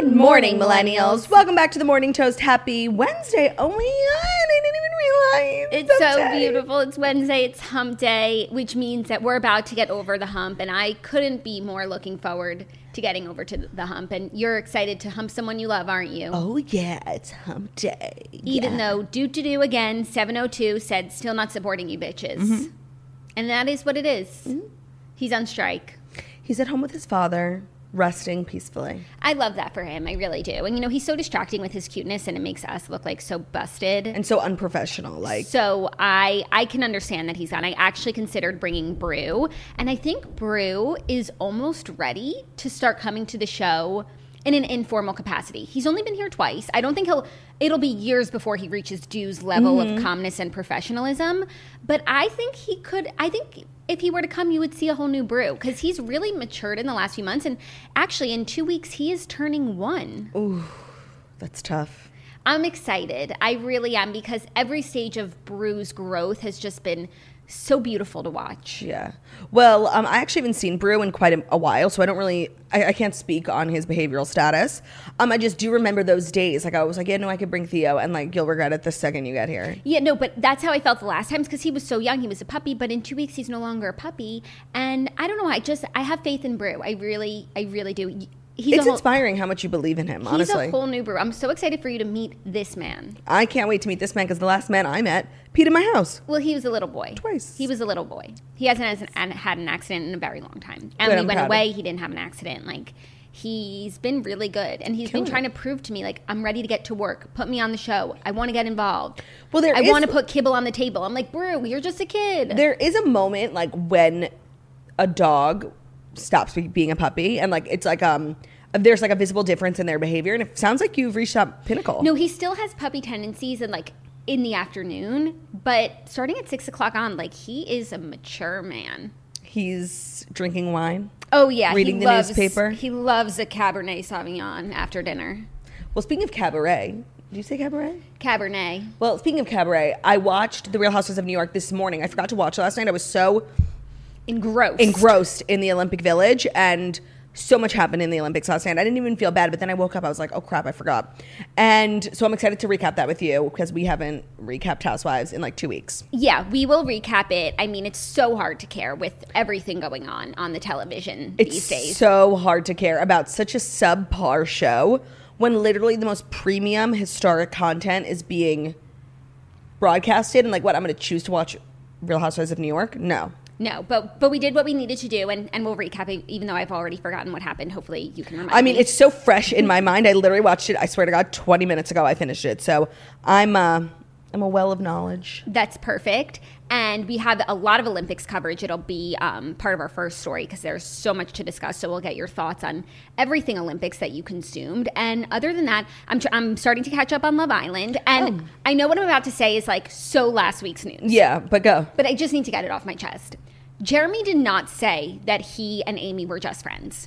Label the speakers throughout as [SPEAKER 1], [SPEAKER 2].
[SPEAKER 1] Good morning, millennials. Welcome back to the Morning Toast. Happy Wednesday. Oh my god, I didn't even realize.
[SPEAKER 2] It's so
[SPEAKER 1] Okay.
[SPEAKER 2] beautiful. It's Wednesday. It's hump day, which means that we're about to get over the hump. And I couldn't be more looking forward to getting over to the hump. And you're excited to hump someone you love, aren't you?
[SPEAKER 1] Oh yeah, it's hump day.
[SPEAKER 2] Even though do to do again, 702 said, still not supporting you bitches.
[SPEAKER 1] Mm-hmm.
[SPEAKER 2] And that is what it is. He's on strike.
[SPEAKER 1] He's at home with his father, resting peacefully.
[SPEAKER 2] I love that for him. I really do. And you know, he's so distracting with his cuteness and it makes us look like so busted.
[SPEAKER 1] And so unprofessional, like
[SPEAKER 2] So I I can understand that he's gone. I actually considered bringing Brew, and I think Brew is almost ready to start coming to the show in an informal capacity. He's only been here twice. I don't think he'll it'll be years before he reaches Drew's level of calmness and professionalism, but I think he could I think if he were to come you would see a whole new Brew cuz he's really matured in the last few months and actually in 2 weeks he is turning 1.
[SPEAKER 1] that's tough.
[SPEAKER 2] I'm excited. I really am because every stage of Brew's growth has just been so beautiful to watch.
[SPEAKER 1] Yeah. Well, um, I actually haven't seen Brew in quite a, a while, so I don't really, I, I can't speak on his behavioral status. Um, I just do remember those days. Like I was like, yeah, no, I could bring Theo, and like you'll regret it the second you get here.
[SPEAKER 2] Yeah, no, but that's how I felt the last times because he was so young. He was a puppy, but in two weeks he's no longer a puppy. And I don't know. I just I have faith in Brew. I really, I really do. He's
[SPEAKER 1] it's
[SPEAKER 2] a whole,
[SPEAKER 1] inspiring how much you believe in him.
[SPEAKER 2] He's
[SPEAKER 1] honestly,
[SPEAKER 2] a whole new Brew. I'm so excited for you to meet this man.
[SPEAKER 1] I can't wait to meet this man because the last man I met peed in my house.
[SPEAKER 2] Well, he was a little boy.
[SPEAKER 1] Twice.
[SPEAKER 2] He was a little boy. He hasn't has an, had an accident in a very long time. And
[SPEAKER 1] Good,
[SPEAKER 2] when
[SPEAKER 1] I'm
[SPEAKER 2] he went
[SPEAKER 1] proud of
[SPEAKER 2] away, he didn't have an accident. Like, he's been really good. And he's been trying to prove to me, like, I'm ready to get to work. Put me on the show. I want to get involved.
[SPEAKER 1] Well, there
[SPEAKER 2] I
[SPEAKER 1] is-
[SPEAKER 2] want to put kibble on the table. I'm like, Brew, you're just a kid.
[SPEAKER 1] There is a moment like when a dog stops be- being a puppy, and like it's like um, there's like a visible difference in their behavior, and it sounds like you've reached that pinnacle.
[SPEAKER 2] no, he still has puppy tendencies and, like, in the afternoon. But starting at six o'clock on, like, he is a mature man.
[SPEAKER 1] he's drinking wine.
[SPEAKER 2] Oh, yeah.
[SPEAKER 1] Reading
[SPEAKER 2] he
[SPEAKER 1] the
[SPEAKER 2] loves,
[SPEAKER 1] newspaper.
[SPEAKER 2] He loves a Cabernet Sauvignon after dinner.
[SPEAKER 1] Well, speaking of cabaret, did you say cabaret?
[SPEAKER 2] Cabernet.
[SPEAKER 1] Well, speaking of cabaret, I watched The Real Housewives of New York this morning. I forgot to watch last night. I was so
[SPEAKER 2] Engrossed.
[SPEAKER 1] engrossed in the Olympic Village and so much happened in the Olympics last night. I didn't even feel bad, but then I woke up. I was like, oh crap, I forgot. And so I'm excited to recap that with you because we haven't recapped Housewives in like two weeks.
[SPEAKER 2] Yeah, we will recap it. I mean, it's so hard to care with everything going on on the television these
[SPEAKER 1] It's
[SPEAKER 2] days.
[SPEAKER 1] so hard to care about such a subpar show when literally the most premium historic content is being broadcasted. And like, what? I'm going to choose to watch Real Housewives of New York? No.
[SPEAKER 2] no, but but we did what we needed to do, and, and we'll recap it, even though I've already forgotten what happened. Hopefully, you can remember.
[SPEAKER 1] I mean, it's so fresh in my mind. I literally watched it. I swear to God, twenty minutes ago I finished it. So I'm uh, I'm a well of knowledge.
[SPEAKER 2] That's perfect. And we have a lot of Olympics coverage. It'll be um, part of our first story because there's so much to discuss. So we'll get your thoughts on everything Olympics that you consumed. And other than that, I'm, tr- I'm starting to catch up on Love Island.
[SPEAKER 1] Oh.
[SPEAKER 2] And I know what I'm about to say is like so last week's news.
[SPEAKER 1] Yeah, but go.
[SPEAKER 2] but I just need to get it off my chest. Jeremy did not say that he and Amy were just friends.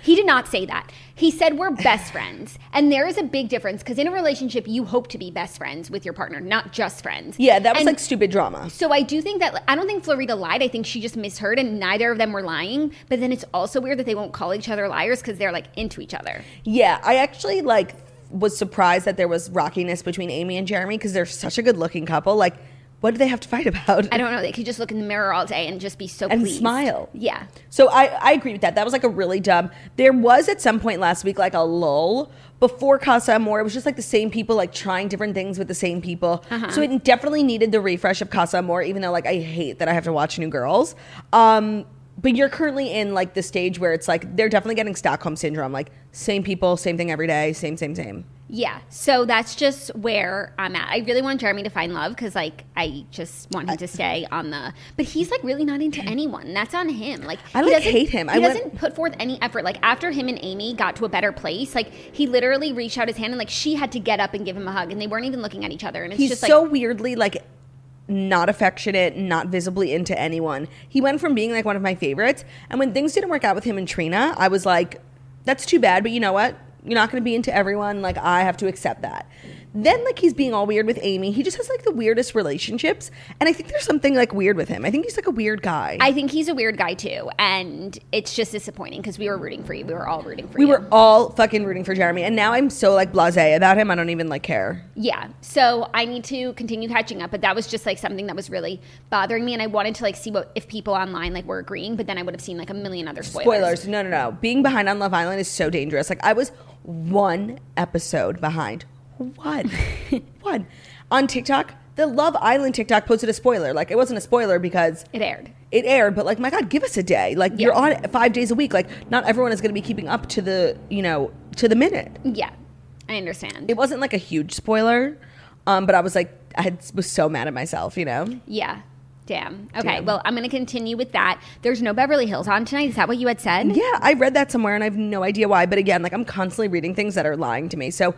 [SPEAKER 2] He did not say that. He said we're best friends. And there is a big difference because in a relationship, you hope to be best friends with your partner, not just friends.
[SPEAKER 1] Yeah, that was
[SPEAKER 2] And
[SPEAKER 1] like stupid drama.
[SPEAKER 2] So I do think that, I don't think Florida lied. I think she just misheard and neither of them were lying. But then it's also weird that they won't call each other liars because they're like into each other.
[SPEAKER 1] Yeah, I actually like was surprised that there was rockiness between Amy and Jeremy because they're such a good looking couple. Like What do they have to fight about?
[SPEAKER 2] I don't know. They could just look in the mirror all day and just be so
[SPEAKER 1] And
[SPEAKER 2] pleased.
[SPEAKER 1] smile.
[SPEAKER 2] Yeah.
[SPEAKER 1] So I, I agree with that. That was like a really dumb. There was at some point last week like a lull before Casa Amor. It was just like the same people like trying different things with the same people. So it definitely needed the refresh of Casa Amor, even though like I hate that I have to watch New Girls. Um, but you're currently in like the stage where it's like they're definitely getting Stockholm syndrome. Like same people, same thing every day, same, same, same.
[SPEAKER 2] Yeah. So that's just where I'm at. I really want Jeremy to find love because, like, I just want him to stay on the. But he's like really not into anyone. That's on him. Like,
[SPEAKER 1] I,
[SPEAKER 2] he
[SPEAKER 1] like,
[SPEAKER 2] doesn't-
[SPEAKER 1] hate him.
[SPEAKER 2] He
[SPEAKER 1] I went-
[SPEAKER 2] doesn't put forth any effort. Like after him and Amy got to a better place, like he literally reached out his hand and like she had to get up and give him a hug, and they weren't even looking at each other. And it's
[SPEAKER 1] He's
[SPEAKER 2] just
[SPEAKER 1] so
[SPEAKER 2] like
[SPEAKER 1] weirdly like not affectionate, not visibly into anyone. He went from being like one of my favorites, and when things didn't work out with him and Trina, I was like, "That's too bad." But you know what? You're not going to be into everyone. Like I have to accept that. Then like he's being all weird with Amy. He just has like the weirdest relationships, and I think there's something like weird with him. I think he's like a weird guy.
[SPEAKER 2] I think he's a weird guy too, and it's just disappointing because we were rooting for you. We were all rooting for
[SPEAKER 1] we
[SPEAKER 2] you.
[SPEAKER 1] were all fucking rooting for Jeremy, and now I'm so like blasé about him. I don't even like care.
[SPEAKER 2] Yeah. So I need to continue catching up, but that was just like something that was really bothering me and I wanted to like see what if people online like were agreeing, but then I would have seen like a million other spoilers.
[SPEAKER 1] spoilers. No, no, no. Being behind on Love Island is so dangerous. Like I was one episode behind. One. one. On TikTok, the Love Island TikTok posted a spoiler. Like it wasn't a spoiler because
[SPEAKER 2] It aired.
[SPEAKER 1] it aired, but like my god, give us a day. Like you're on it 5 days a week. Like not everyone is going to be keeping up to the, you know, to the minute.
[SPEAKER 2] Yeah. I understand.
[SPEAKER 1] It wasn't like a huge spoiler, um but I was like I had, was so mad at myself, you know.
[SPEAKER 2] yeah. Damn. Okay. Well, I'm going to continue with that. There's no Beverly Hills on tonight. Is that what you had said?
[SPEAKER 1] Yeah, I read that somewhere and I have no idea why. But again, like I'm constantly reading things that are lying to me. So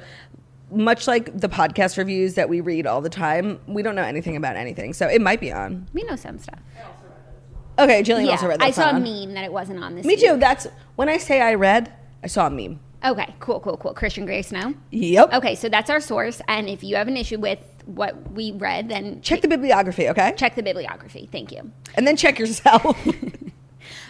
[SPEAKER 1] much like the podcast reviews that we read all the time, we don't know anything about anything. So it might be on.
[SPEAKER 2] We know some stuff.
[SPEAKER 1] Okay, Jillian also
[SPEAKER 2] Yeah.
[SPEAKER 1] read that.
[SPEAKER 2] I saw a
[SPEAKER 1] on.
[SPEAKER 2] meme that it wasn't on this
[SPEAKER 1] Me
[SPEAKER 2] week.
[SPEAKER 1] too. That's when I say I read, I saw a meme.
[SPEAKER 2] Okay. Cool, cool, cool. Christian Grey Snow.
[SPEAKER 1] Yep.
[SPEAKER 2] Okay, so that's our source and if you have an issue with what we read, then
[SPEAKER 1] Check the bibliography, okay?
[SPEAKER 2] check the bibliography. Thank you.
[SPEAKER 1] And then check yourself.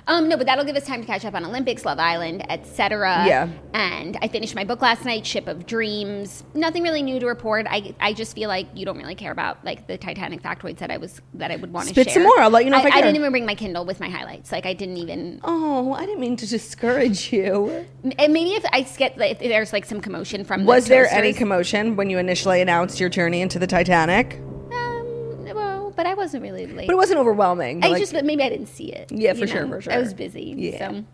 [SPEAKER 2] Um, no, but that'll give us time to catch up on Olympics, Love Island, etc.
[SPEAKER 1] Yeah.
[SPEAKER 2] And I finished my book last night, Ship of Dreams. Nothing really new to report. I, I just feel like you don't really care about like the Titanic factoids that I was that I would want to share.
[SPEAKER 1] Spit some more. I'll let you know if I care.
[SPEAKER 2] didn't even bring my Kindle with my highlights. Like I didn't even.
[SPEAKER 1] oh, I didn't mean to discourage you.
[SPEAKER 2] And maybe if I get if there's like some commotion from the
[SPEAKER 1] Was there any
[SPEAKER 2] toasters.
[SPEAKER 1] commotion when you initially announced your journey into the Titanic?
[SPEAKER 2] Um, well, but I wasn't really late.
[SPEAKER 1] But it wasn't overwhelming.
[SPEAKER 2] I
[SPEAKER 1] Like-
[SPEAKER 2] just but maybe I didn't see it.
[SPEAKER 1] Yeah, for
[SPEAKER 2] you
[SPEAKER 1] sure, for
[SPEAKER 2] I
[SPEAKER 1] sure.
[SPEAKER 2] was busy.
[SPEAKER 1] Yeah.
[SPEAKER 2] So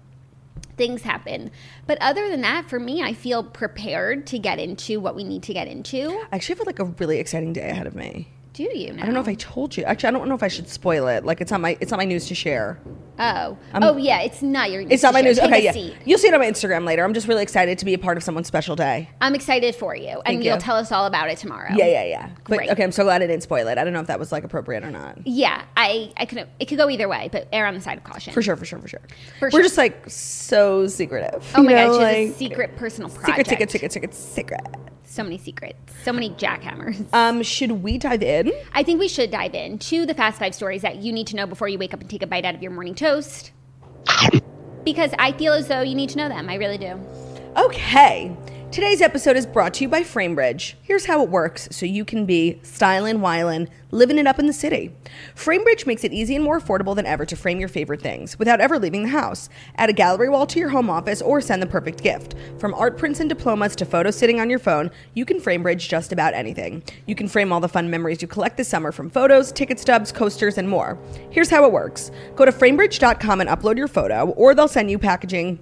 [SPEAKER 2] things happen. But other than that, for me, I feel prepared to get into what we need to get into.
[SPEAKER 1] I actually have like a really exciting day ahead of me.
[SPEAKER 2] Do you now?
[SPEAKER 1] I don't know if I told you. Actually, I don't know if I should spoil it. Like, it's not my it's not my news to share.
[SPEAKER 2] Oh. oh yeah, it's not your news.
[SPEAKER 1] It's not
[SPEAKER 2] to
[SPEAKER 1] my
[SPEAKER 2] share.
[SPEAKER 1] news.
[SPEAKER 2] Take
[SPEAKER 1] Okay,
[SPEAKER 2] a
[SPEAKER 1] yeah,
[SPEAKER 2] seat.
[SPEAKER 1] you'll see it on my Instagram later. I'm just really excited to be a part of someone's special day.
[SPEAKER 2] I'm excited for you. And
[SPEAKER 1] Thank
[SPEAKER 2] you'll
[SPEAKER 1] you.
[SPEAKER 2] tell us all about it tomorrow.
[SPEAKER 1] Yeah, yeah, yeah. But
[SPEAKER 2] Oh, Great.
[SPEAKER 1] okay, I'm so glad I didn't spoil it. I don't know if that was like appropriate or not.
[SPEAKER 2] Yeah, I, I could it could go either way, but err on the side of caution.
[SPEAKER 1] For sure, for sure, for sure.
[SPEAKER 2] For
[SPEAKER 1] We're
[SPEAKER 2] sure.
[SPEAKER 1] just like so secretive.
[SPEAKER 2] Oh my
[SPEAKER 1] you
[SPEAKER 2] gosh,
[SPEAKER 1] know,
[SPEAKER 2] it's a
[SPEAKER 1] like,
[SPEAKER 2] secret personal
[SPEAKER 1] secret,
[SPEAKER 2] project.
[SPEAKER 1] secret, secret, secret, secret.
[SPEAKER 2] So many secrets. So many jackhammers.
[SPEAKER 1] Um, should we dive in?
[SPEAKER 2] I think we should dive into the fast five stories that you need to know before you wake up and take a bite out of your morning toast. Because I feel as though you need to know them. I really do.
[SPEAKER 1] Okay. Today's episode is brought to you by Framebridge. Here's how it works so you can be stylin', whilin', living it up in the city. Framebridge makes it easy and more affordable than ever to frame your favorite things without ever leaving the house. Add a gallery wall to your home office or send the perfect gift. From art prints and diplomas to photos sitting on your phone, you can Framebridge just about anything. You can frame all the fun memories you collect this summer from photos, ticket stubs, coasters, and more. Here's how it works go to framebridge.com and upload your photo, or they'll send you packaging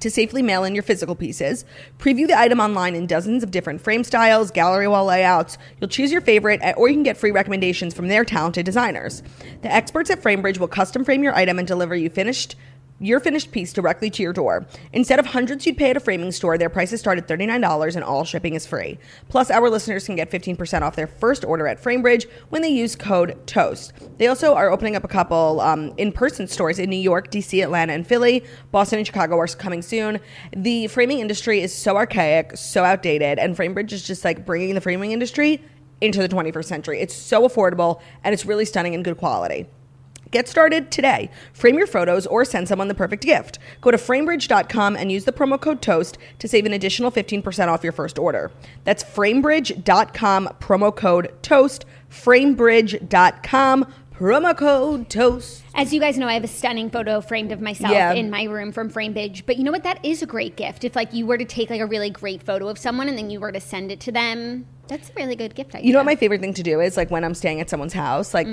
[SPEAKER 1] to safely mail in your physical pieces. Preview the item online in dozens of different frame styles, gallery wall layouts. You'll choose your favorite, uh, or you can get free recommendations from their talented designers. The experts at Framebridge will custom frame your item and deliver you finished. Your finished piece directly to your door. Instead of hundreds you'd pay at a framing store, their prices start at $39 and all shipping is free. Plus, our listeners can get 15% off their first order at Framebridge when they use code TOAST. They also are opening up a couple um, in person stores in New York, DC, Atlanta, and Philly. Boston and Chicago are coming soon. The framing industry is so archaic, so outdated, and Framebridge is just like bringing the framing industry into the 21st century. It's so affordable and it's really stunning and good quality. Get started today. Frame your photos or send someone the perfect gift. Go to framebridge.com and use the promo code TOAST to save an additional 15% off your first order. That's framebridge.com, promo code TOAST, framebridge.com, promo code TOAST.
[SPEAKER 2] As you guys know, I have a stunning photo framed of myself
[SPEAKER 1] Yeah.
[SPEAKER 2] in my room from Framebridge. But you know what? That is a great gift. If like you were to take like a really great photo of someone and then you were to send it to them, that's a really good gift idea.
[SPEAKER 1] You know what my favorite thing to do is like when I'm staying at someone's house, like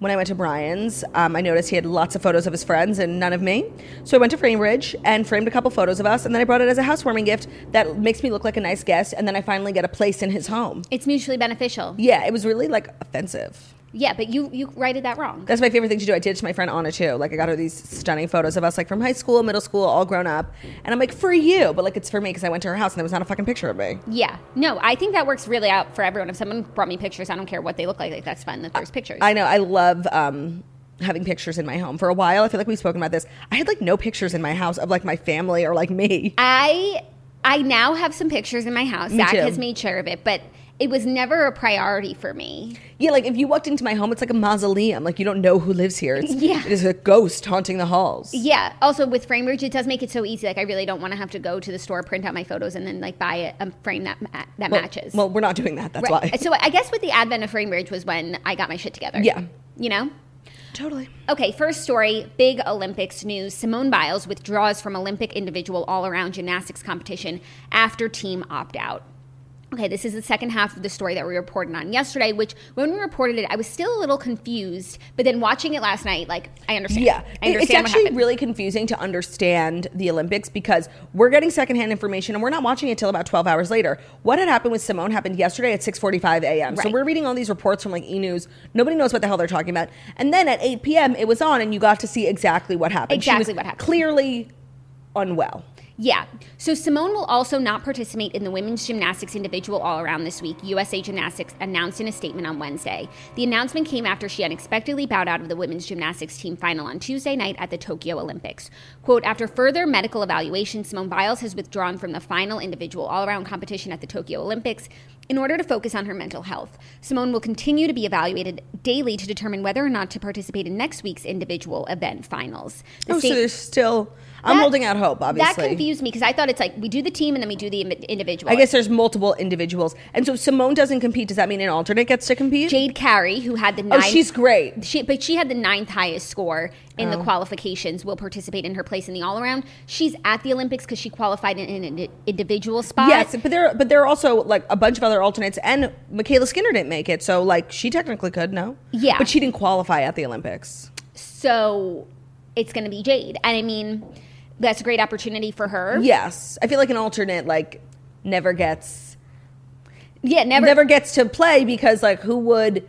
[SPEAKER 1] when I went to Brian's, um, I noticed he had lots of photos of his friends and none of me. So I went to Framebridge and framed a couple photos of us, and then I brought it as a housewarming gift that makes me look like a nice guest, and then I finally get a place in his home.
[SPEAKER 2] it's mutually beneficial.
[SPEAKER 1] Yeah, it was really like offensive.
[SPEAKER 2] Yeah, but you you righted that wrong.
[SPEAKER 1] That's my favorite thing to do. I did it to my friend Anna too. Like I got her these stunning photos of us, like from high school, middle school, all grown up, and I'm like, for you, but like it's for me because I went to her house and there was not a fucking picture of me.
[SPEAKER 2] Yeah, no, I think that works really out for everyone. If someone brought me pictures, I don't care what they look like. Like that's fun that there's pictures.
[SPEAKER 1] I know. I love um, having pictures in my home. For a while, I feel like we've spoken about this. I had like no pictures in my house of like my family or like me.
[SPEAKER 2] I I now have some pictures in my house. Zach
[SPEAKER 1] too.
[SPEAKER 2] has made sure of it, but it was never a priority for me.
[SPEAKER 1] Yeah, like if you walked into my home, it's like a mausoleum. Like you don't know who lives here. It's,
[SPEAKER 2] Yeah.
[SPEAKER 1] it is a ghost haunting the halls.
[SPEAKER 2] Yeah. Also, with Framebridge, it does make it so easy. Like, I really don't want to have to go to the store, print out my photos, and then like buy a, a frame that ma- that
[SPEAKER 1] Well-
[SPEAKER 2] matches.
[SPEAKER 1] Well, we're not doing that. That's
[SPEAKER 2] Right.
[SPEAKER 1] why.
[SPEAKER 2] So I guess with the advent of Framebridge was when I got my shit together.
[SPEAKER 1] Yeah.
[SPEAKER 2] You know.
[SPEAKER 1] totally.
[SPEAKER 2] Okay, first story, big Olympics news. Simone Biles withdraws from Olympic individual all around gymnastics competition after team opt out. Okay, this is the second half of the story that we reported on yesterday, which when we reported it, I was still a little confused, but then watching it last night, like, I understand.
[SPEAKER 1] Yeah,
[SPEAKER 2] I understand
[SPEAKER 1] it's
[SPEAKER 2] what
[SPEAKER 1] actually
[SPEAKER 2] happened.
[SPEAKER 1] really confusing to understand the Olympics because we're getting secondhand information and we're not watching it till about twelve hours later. What had happened with Simone happened yesterday at six forty-five a.m. So
[SPEAKER 2] Right.
[SPEAKER 1] we're reading all these reports from like E News. Nobody knows what the hell they're talking about. And then at eight p.m. it was on, and you got to see exactly what happened. She was
[SPEAKER 2] Exactly what happened.
[SPEAKER 1] Clearly unwell.
[SPEAKER 2] Yeah. So Simone will also not participate in the women's gymnastics individual all around this week, USA Gymnastics announced in a statement on Wednesday. The announcement came after she unexpectedly bowed out of the women's gymnastics team final on Tuesday night at the Tokyo Olympics. Quote After further medical evaluation, Simone Biles has withdrawn from the final individual all around competition at the Tokyo Olympics in order to focus on her mental health. Simone will continue to be evaluated daily to determine whether or not to participate in next week's individual event finals. The
[SPEAKER 1] Oh, so
[SPEAKER 2] state-
[SPEAKER 1] there's still. I'm
[SPEAKER 2] that-
[SPEAKER 1] holding out hope. Obviously,
[SPEAKER 2] that confused me because I thought it's like we do the team and then we do the im- individual.
[SPEAKER 1] I guess there's multiple individuals, and so Simone doesn't compete. Does that mean an alternate gets to compete?
[SPEAKER 2] Jade Carey, who had the
[SPEAKER 1] oh,
[SPEAKER 2] ninth,
[SPEAKER 1] she's Oh. great.
[SPEAKER 2] she, but she had the ninth highest score in the qualifications. Will participate in her place in the all around. She's at the Olympics because she qualified in an indi- individual spot.
[SPEAKER 1] Yes, but there but there are also like a bunch of other alternates, and Michaela Skinner didn't make it, so like she technically could no.
[SPEAKER 2] Yeah.
[SPEAKER 1] but she didn't qualify at the Olympics.
[SPEAKER 2] so it's going to be Jade, and I mean that's a great opportunity for her.
[SPEAKER 1] Yes, I feel like an alternate like never gets
[SPEAKER 2] yeah, never,
[SPEAKER 1] never, gets to play because like who would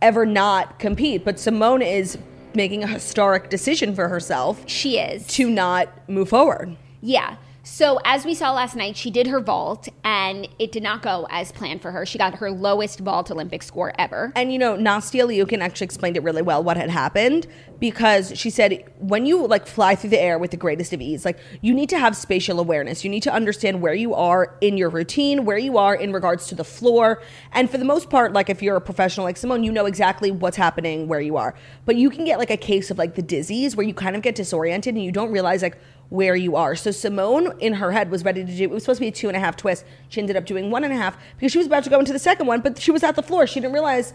[SPEAKER 1] ever not compete? But Simone is making a historic decision for herself
[SPEAKER 2] She is
[SPEAKER 1] to not move forward.
[SPEAKER 2] Yeah. So as we saw last night, she did her vault, and it did not go as planned for her. She got her lowest vault Olympic score ever.
[SPEAKER 1] And you know, Nastia Liukin actually explained it really well what had happened because she said when you like fly through the air with the greatest of ease, like you need to have spatial awareness. You need to understand where you are in your routine, where you are in regards to the floor. And for the most part, like if you're a professional like Simone, you know exactly what's happening where you are. But you can get like a case of like the dizzies where you kind of get disoriented and you don't realize like where you are. So Simone in her head was ready to do it was supposed to be a two and a half twist. She ended up doing one and a half because she was about to go into the second one, but she was at the floor. She didn't realize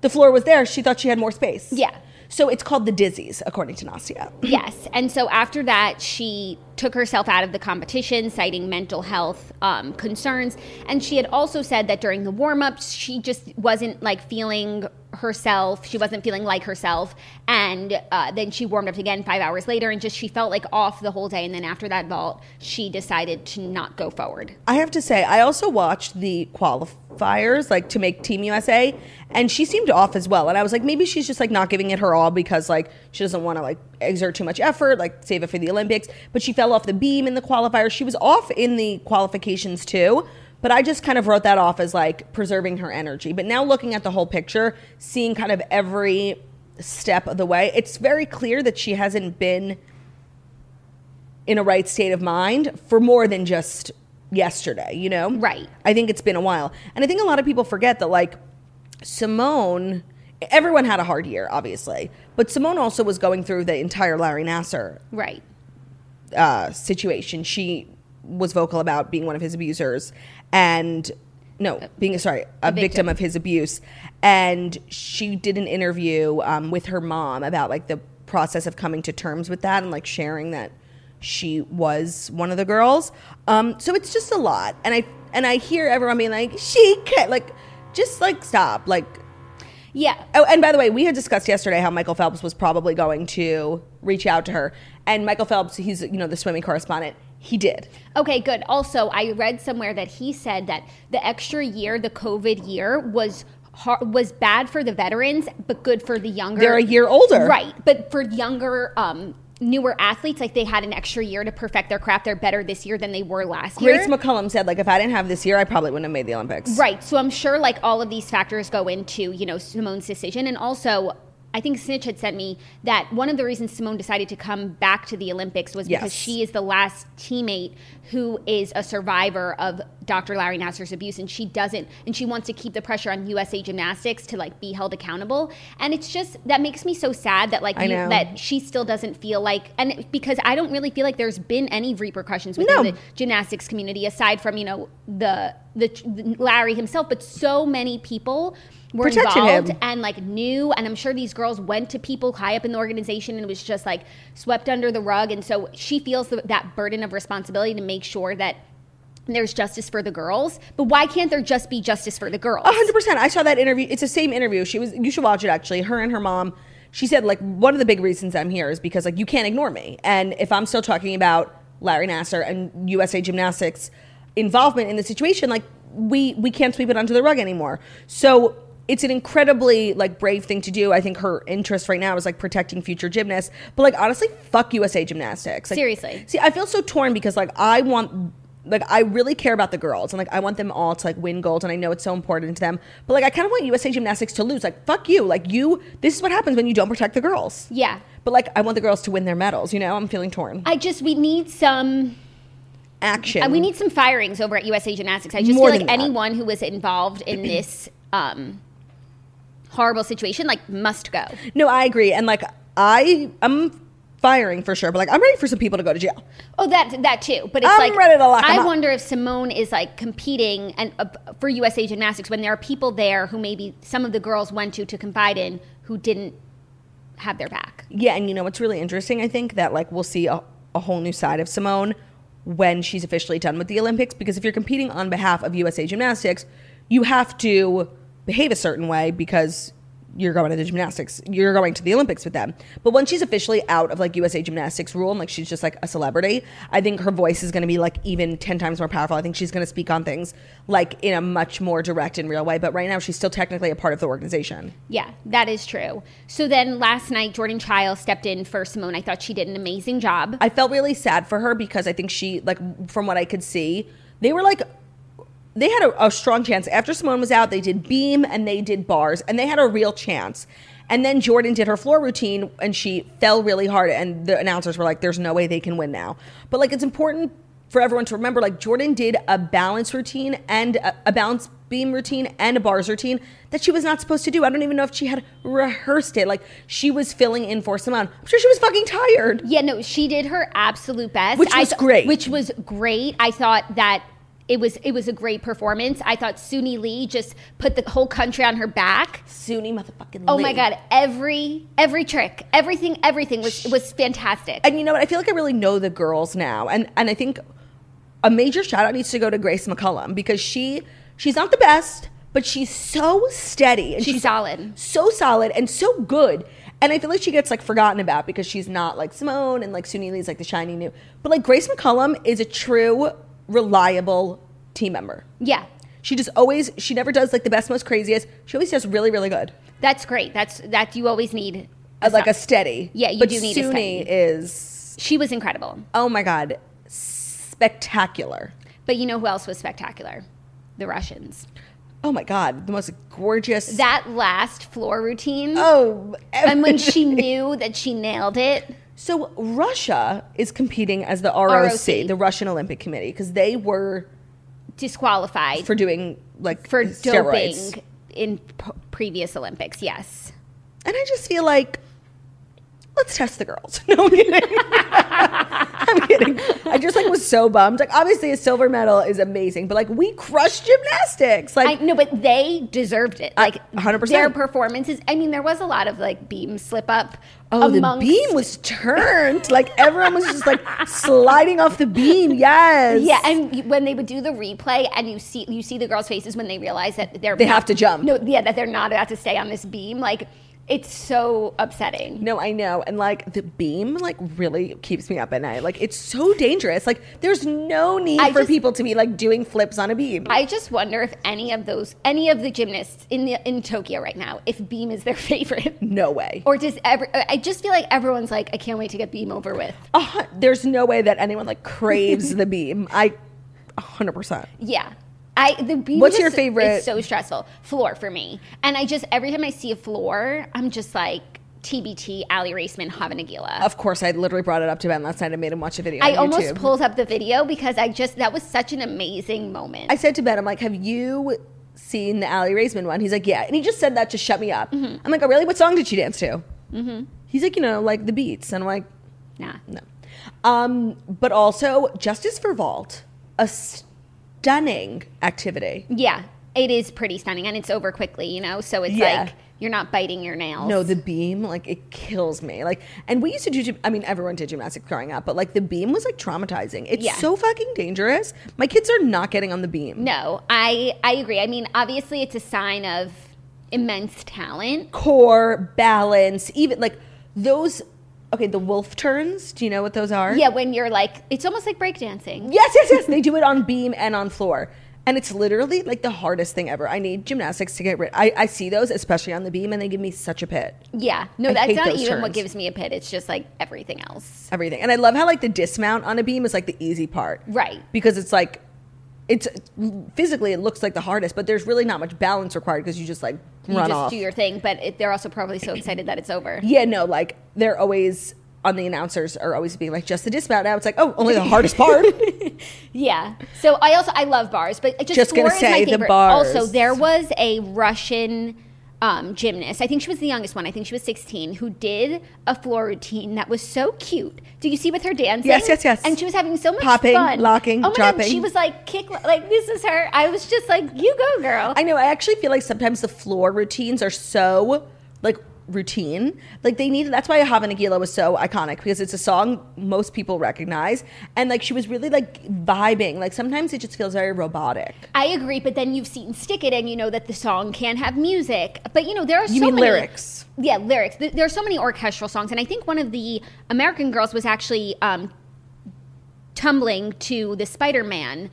[SPEAKER 1] the floor was there. She thought she had more space.
[SPEAKER 2] Yeah.
[SPEAKER 1] So it's called the dizzies, according to Nastia.
[SPEAKER 2] Yes. And so after that, she took herself out of the competition, citing mental health um, concerns. And she had also said that during the warm ups, she just wasn't like feeling herself. She wasn't feeling like herself. And uh, then she warmed up again five hours later and just she felt like off the whole day. And then after that vault, she decided to not go forward.
[SPEAKER 1] I have to say, I also watched the qualifiers, like to make Team USA, and she seemed off as well. And I was like, maybe she's just like not giving it her all because like she doesn't want to like exert too much effort, like save it for the Olympics. But she fell off the beam in the qualifiers. She was off in the qualifications too. But I just kind of wrote that off as like preserving her energy. But now looking at the whole picture, seeing kind of every step of the way, it's very clear that she hasn't been in a right state of mind for more than just yesterday, you know?
[SPEAKER 2] Right.
[SPEAKER 1] I think it's been a while. And I think a lot of people forget that, like, Simone everyone had a hard year, obviously, but Simone also was going through the entire Larry Nasser
[SPEAKER 2] Right.
[SPEAKER 1] uh, situation. She was vocal about being one of his abusers and no, being sorry, a victim.
[SPEAKER 2] victim.
[SPEAKER 1] of his abuse. And she did an interview um, with her mom about like the process of coming to terms with that and like sharing that she was one of the girls. Um, so it's just a lot, and I and I hear everyone being like, she can't like, just like stop, like
[SPEAKER 2] Yeah.
[SPEAKER 1] Oh, and by the way, we had discussed yesterday how Michael Phelps was probably going to reach out to her, and Michael Phelps, he's you know the swimming correspondent, he did.
[SPEAKER 2] Okay, good. Also, I read somewhere that he said that the extra year, the COVID year, was har- was bad for the veterans, but good for the younger.
[SPEAKER 1] They're a year older.
[SPEAKER 2] right? But for younger, um, newer athletes, like they had an extra year to perfect their craft. They're better this year than they were last year.
[SPEAKER 1] Grace McCullum said, like, if I didn't have this year, I probably wouldn't have made the Olympics.
[SPEAKER 2] Right. So I'm sure like all of these factors go into, you know, Simone's decision. And also, I think Snitch had sent me that one of the reasons Simone decided to come back to the Olympics was
[SPEAKER 1] Yes.
[SPEAKER 2] because she is the last teammate who is a survivor of Dr. Larry Nasser's abuse. And she doesn't, and she wants to keep the pressure on USA Gymnastics to like be held accountable. And it's just, that makes me so sad that like,
[SPEAKER 1] I
[SPEAKER 2] you,
[SPEAKER 1] know.
[SPEAKER 2] that she still doesn't feel like, and because I don't really feel like there's been any repercussions within
[SPEAKER 1] No.
[SPEAKER 2] the gymnastics community aside from you know the the, the Larry himself, but so many people were
[SPEAKER 1] Protected
[SPEAKER 2] involved
[SPEAKER 1] him.
[SPEAKER 2] and like knew, and I'm sure these girls went to people high up in the organization and was just like swept under the rug, and so she feels th- that burden of responsibility to make sure that. There's justice for the girls, but why can't there just be justice for the girls?
[SPEAKER 1] A hundred percent. I saw that interview. It's the same interview. She was. You should watch it. Actually, her and her mom. She said like one of the big reasons I'm here is because like you can't ignore me, and if I'm still talking about Larry Nasser and USA Gymnastics involvement in the situation, like we we can't sweep it under the rug anymore. So it's an incredibly like brave thing to do. I think her interest right now is like protecting future gymnasts, but like honestly, fuck USA Gymnastics. Like,
[SPEAKER 2] Seriously.
[SPEAKER 1] See, I feel so torn because like I want like I really care about the girls and like I want them all to like win gold and I know it's so important to them. But like I kind of want USA Gymnastics to lose. Like fuck you. Like you this is what happens when you don't protect the girls.
[SPEAKER 2] Yeah.
[SPEAKER 1] But like I want the girls to win their medals, you know? I'm feeling torn.
[SPEAKER 2] I just, we need some
[SPEAKER 1] Action.
[SPEAKER 2] And we need some firings over at USA Gymnastics. I just
[SPEAKER 1] More
[SPEAKER 2] feel
[SPEAKER 1] than
[SPEAKER 2] like
[SPEAKER 1] that.
[SPEAKER 2] anyone who was involved in this um, horrible situation like must go.
[SPEAKER 1] No, I agree. And like I I'm firing for sure, but like I'm ready for some people to go to jail.
[SPEAKER 2] Oh, that that too. But it's
[SPEAKER 1] I'm
[SPEAKER 2] like
[SPEAKER 1] ready to lock 'em
[SPEAKER 2] I
[SPEAKER 1] up.
[SPEAKER 2] wonder if Simone is like competing and uh, for USA Gymnastics when there are people there who maybe some of the girls went to to confide in who didn't have their back.
[SPEAKER 1] Yeah, and you know what's really interesting? I think that like we'll see a, a whole new side of Simone when she's officially done with the Olympics because if you're competing on behalf of USA Gymnastics, you have to behave a certain way because you're going to the gymnastics, you're going to the Olympics with them. But when she's officially out of like USA Gymnastics rule and like she's just like a celebrity, I think her voice is going to be like even 10 times more powerful. I think she's going to speak on things like in a much more direct and real way, but right now she's still technically a part of the organization.
[SPEAKER 2] Yeah, that is true. So then last night Jordan Chiles stepped in for Simone. I thought she did an amazing job.
[SPEAKER 1] I felt really sad for her because I think she, like, from what I could see, they were like, they had a, a strong chance. After Simone was out, they did beam and they did bars and they had a real chance. And then Jordan did her floor routine and she fell really hard. And the announcers were like, there's no way they can win now. But, like, it's important for everyone to remember, like, Jordan did a balance routine and a, a balance beam routine and a bars routine that she was not supposed to do. I don't even know if she had rehearsed it. Like, she was filling in for Simone. I'm sure she was fucking tired.
[SPEAKER 2] Yeah, no, she did her absolute best,
[SPEAKER 1] Which was
[SPEAKER 2] th-
[SPEAKER 1] great.
[SPEAKER 2] Which was great. I thought that it was it was a great performance. I thought Suni Lee just put the whole country on her back.
[SPEAKER 1] SUNY motherfucking.
[SPEAKER 2] Oh
[SPEAKER 1] Lee.
[SPEAKER 2] my god, every every trick, everything, everything was was fantastic.
[SPEAKER 1] And you know what? I feel like I really know the girls now, and and I think a major shout out needs to go to Grace McCullum because she she's not the best, but she's so steady and
[SPEAKER 2] She's solid.
[SPEAKER 1] so solid and so good. And I feel like she gets like forgotten about because she's not like Simone and like Suni Lee's like the shiny new. But like Grace McCullum is a true reliable team member.
[SPEAKER 2] Yeah.
[SPEAKER 1] She just always she never does like the best most craziest. She always does really really good.
[SPEAKER 2] That's great. That's that you always need.
[SPEAKER 1] Uh, like a steady.
[SPEAKER 2] Yeah, you
[SPEAKER 1] but
[SPEAKER 2] do need a
[SPEAKER 1] Suni
[SPEAKER 2] steady.
[SPEAKER 1] is
[SPEAKER 2] She was incredible.
[SPEAKER 1] oh my god spectacular
[SPEAKER 2] But you know who else was spectacular? The Russians.
[SPEAKER 1] oh my god the most gorgeous
[SPEAKER 2] That last floor routine.
[SPEAKER 1] oh
[SPEAKER 2] And when she knew that she nailed it.
[SPEAKER 1] so russia is competing as the roc,
[SPEAKER 2] ROC.
[SPEAKER 1] the russian olympic committee because they were
[SPEAKER 2] disqualified
[SPEAKER 1] for doing like
[SPEAKER 2] for
[SPEAKER 1] steroids.
[SPEAKER 2] doping in p- previous Olympics. Yes.
[SPEAKER 1] And I just feel like, let's test the girls. No, I'm kidding. I'm kidding. I just like was so bummed. Like obviously a silver medal is amazing, but like we crushed gymnastics.
[SPEAKER 2] I
[SPEAKER 1] Like
[SPEAKER 2] no, but they deserved it. Like
[SPEAKER 1] 100%.
[SPEAKER 2] Their performances. I mean, there was a lot of like beam slip up.
[SPEAKER 1] oh,
[SPEAKER 2] amongst-
[SPEAKER 1] the beam was turned. Like everyone was just like sliding off the beam. Yes.
[SPEAKER 2] Yeah, and you- when they would do the replay, and you see you see the girls' faces when they realize that they're
[SPEAKER 1] They have to jump.
[SPEAKER 2] No, yeah, that they're not about to stay on this beam. Like it's so upsetting.
[SPEAKER 1] No, I know. And like the beam like really keeps me up at night. Like it's so dangerous. Like there's no need
[SPEAKER 2] I
[SPEAKER 1] for
[SPEAKER 2] just-
[SPEAKER 1] people to be like doing flips on a beam.
[SPEAKER 2] I just wonder if any of those any of the gymnasts in the in Tokyo right now, if beam is their favorite.
[SPEAKER 1] no way.
[SPEAKER 2] Or does every? I just feel like everyone's like, I can't wait to get beam over with.
[SPEAKER 1] Uh, there's no way that anyone like craves the beam. I 100%.
[SPEAKER 2] Yeah. I the beam
[SPEAKER 1] What's
[SPEAKER 2] just
[SPEAKER 1] your favorite-
[SPEAKER 2] is so stressful. Floor for me. And I just every time I see a floor, I'm just like TBT, Ali Raceman, Havanagila.
[SPEAKER 1] Of course, I literally brought it up to Ben last night and made him watch a video.
[SPEAKER 2] I
[SPEAKER 1] on
[SPEAKER 2] almost
[SPEAKER 1] YouTube.
[SPEAKER 2] pulled up the video because I just that was such an amazing moment.
[SPEAKER 1] I said to Ben, I'm like, have you seen the Ali Raisman one? He's like, yeah. And he just said that to shut me up. I'm like, oh, really? What song did she dance to? He's like, you know, like the beats. And I'm like,
[SPEAKER 2] nah.
[SPEAKER 1] no. Um, but also, Justice for Vault, a stunning activity.
[SPEAKER 2] Yeah. It is pretty stunning and it's over quickly, you know? So it's
[SPEAKER 1] Yeah.
[SPEAKER 2] like you're not biting your nails.
[SPEAKER 1] No, the beam, like it kills me. Like, and we used to do. gym- I mean, everyone did gymnastics growing up, but like the beam was like traumatizing. It's
[SPEAKER 2] Yeah.
[SPEAKER 1] so fucking dangerous. My kids are not getting on the beam.
[SPEAKER 2] No, I I agree. I mean, obviously it's a sign of immense talent.
[SPEAKER 1] Core balance, even like those. Okay, the wolf turns. Do you know what those are?
[SPEAKER 2] Yeah, when you're like it's almost like breakdancing.
[SPEAKER 1] Yes, yes, yes. they do it on beam and on floor. And it's literally like the hardest thing ever. I need gymnastics to get rid. I, I see those, especially on the beam, and they give me such a pit.
[SPEAKER 2] Yeah. No,
[SPEAKER 1] I
[SPEAKER 2] that's
[SPEAKER 1] hate
[SPEAKER 2] not
[SPEAKER 1] those
[SPEAKER 2] even what
[SPEAKER 1] turns.
[SPEAKER 2] gives me a pit. It's just like everything else.
[SPEAKER 1] everything. And I love how like the dismount on a beam is like the easy part.
[SPEAKER 2] Right.
[SPEAKER 1] Because it's like it's physically it looks like the hardest, but there's really not much balance required because you just like
[SPEAKER 2] You
[SPEAKER 1] run
[SPEAKER 2] just
[SPEAKER 1] off.
[SPEAKER 2] do your thing, but it, they're also probably so excited that it's over.
[SPEAKER 1] yeah, no, like they're always on the announcers are always being like just the dismount. Now it's like, oh, only the hardest part.
[SPEAKER 2] Yeah. So I also I love bars, but just,
[SPEAKER 1] Just gonna
[SPEAKER 2] floor is my
[SPEAKER 1] say the
[SPEAKER 2] favorite.
[SPEAKER 1] bars.
[SPEAKER 2] Also, there was a Russian um, gymnast. I think she was the youngest one. I think she was 16, who did a floor routine that was so cute. Do you see with her dancing?
[SPEAKER 1] Yes, yes, yes.
[SPEAKER 2] And she was having so much
[SPEAKER 1] Popping,
[SPEAKER 2] fun,
[SPEAKER 1] locking,
[SPEAKER 2] oh my God,
[SPEAKER 1] dropping.
[SPEAKER 2] she was like kick, like this is her. I was just like, you go, girl.
[SPEAKER 1] I know. I actually feel like sometimes the floor routines are so like routine. Like they need. That's why Hava Nagila was so iconic because it's a song most people recognize, and like she was really like vibing. Like sometimes it just feels very robotic.
[SPEAKER 2] I agree, but then you've seen Stick It and you know that the song can have music. But you know, there are
[SPEAKER 1] You
[SPEAKER 2] so
[SPEAKER 1] mean
[SPEAKER 2] many
[SPEAKER 1] lyrics.
[SPEAKER 2] Yeah, lyrics. Th- There are so many orchestral songs, and I think one of the American girls was actually um, tumbling to the Spider Man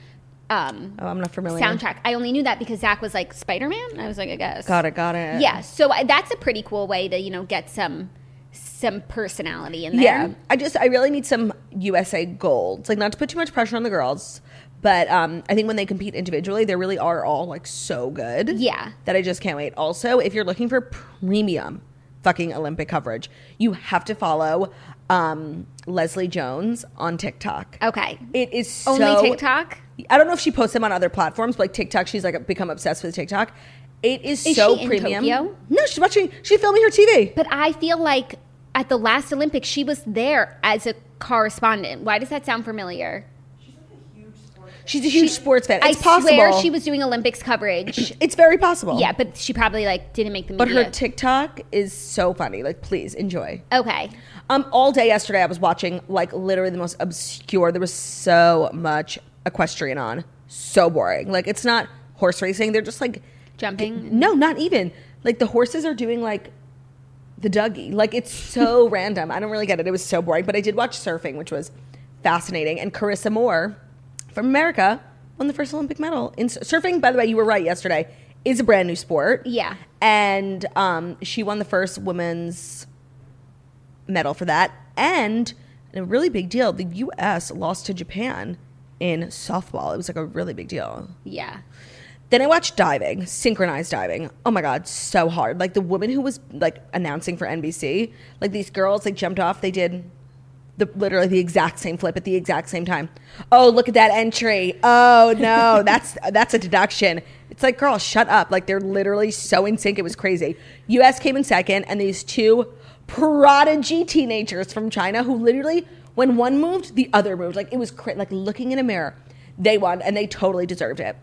[SPEAKER 2] um,
[SPEAKER 1] Oh, I'm not familiar.
[SPEAKER 2] soundtrack. I only knew that because Zach was like Spider Man. I was like, I guess.
[SPEAKER 1] Got it. Got it.
[SPEAKER 2] Yeah, so I, that's a pretty cool way to you know get some some personality in there.
[SPEAKER 1] Yeah. I just I really need some USA gold. Like not to put too much pressure on the girls, but um I think when they compete individually, they really are all like so good.
[SPEAKER 2] Yeah.
[SPEAKER 1] That I just can't wait. Also, if you're looking for premium fucking Olympic coverage, you have to follow um Leslie Jones on TikTok.
[SPEAKER 2] Okay.
[SPEAKER 1] It is so
[SPEAKER 2] Oh. Only TikTok.
[SPEAKER 1] I don't know if she posts them on other platforms, but like TikTok, she's like become obsessed with TikTok. It is,
[SPEAKER 2] Is
[SPEAKER 1] so
[SPEAKER 2] she in
[SPEAKER 1] premium.
[SPEAKER 2] Tokyo?
[SPEAKER 1] No, she's watching. She's filming her TV.
[SPEAKER 2] But I feel like at the last Olympics, she was there as a correspondent. Why does that sound familiar?
[SPEAKER 1] She's a huge sports fan. It's
[SPEAKER 2] I
[SPEAKER 1] possible.
[SPEAKER 2] swear she was doing Olympics coverage.
[SPEAKER 1] It's very possible.
[SPEAKER 2] yeah, but she probably like didn't make the media.
[SPEAKER 1] But her TikTok is so funny. Like, please enjoy.
[SPEAKER 2] okay.
[SPEAKER 1] Um, all day yesterday, I was watching like literally the most obscure. There was so much equestrian on. So boring. Like, it's not horse racing. They're just like
[SPEAKER 2] Jumping.
[SPEAKER 1] no, not even. Like the horses are doing like the Dougie. Like it's so random. I don't really get it. It was so boring. But I did watch surfing, which was fascinating. And Carissa Moore from America won the first Olympic medal in s- surfing. By the way, you were right yesterday. Is a brand new sport.
[SPEAKER 2] Yeah.
[SPEAKER 1] and um, she won the first women's medal for that. And a really big deal. The U.S. lost to Japan in softball. It was like a really big deal.
[SPEAKER 2] Yeah.
[SPEAKER 1] Then I watched diving, synchronized diving. Oh my god, so hard. Like the woman who was like announcing for NBC, like these girls like jumped off, they did the literally the exact same flip at the exact same time. Oh, look at that entry. Oh no, that's that's a deduction. It's like, girl, shut up. Like they're literally so in sync. It was crazy. US came in second, and these two prodigy teenagers from China who literally, when one moved, the other moved. Like it was cra- like looking in a mirror. They won, and they totally deserved it.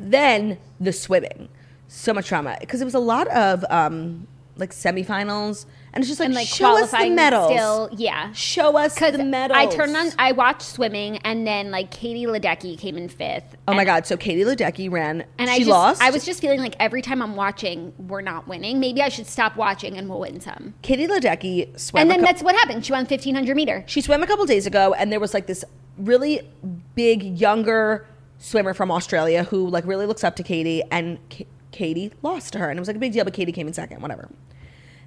[SPEAKER 1] Then the swimming. So much drama. Because it was a lot of um, like semifinals. And it's just like,
[SPEAKER 2] and like
[SPEAKER 1] show us the
[SPEAKER 2] qualifying
[SPEAKER 1] medals.
[SPEAKER 2] still, yeah.
[SPEAKER 1] Show us the
[SPEAKER 2] Because
[SPEAKER 1] medals.
[SPEAKER 2] I turned on, I watched swimming, and then like Katie Ledecky came in fifth.
[SPEAKER 1] Oh my
[SPEAKER 2] and-
[SPEAKER 1] god! So Katie Ledecky ran,
[SPEAKER 2] And
[SPEAKER 1] she
[SPEAKER 2] I just,
[SPEAKER 1] lost.
[SPEAKER 2] I was just feeling like every time I'm watching, we're not winning. Maybe I should stop watching, and we'll win some.
[SPEAKER 1] Katie Ledecky swam.
[SPEAKER 2] And
[SPEAKER 1] a
[SPEAKER 2] then
[SPEAKER 1] cou-
[SPEAKER 2] that's what happened. She won 1500 meter.
[SPEAKER 1] she swam a couple days ago, and there was like this really big younger swimmer from Australia who like really looks up to Katie, and K- Katie lost to her, and it was like a big deal. But Katie came in second, whatever.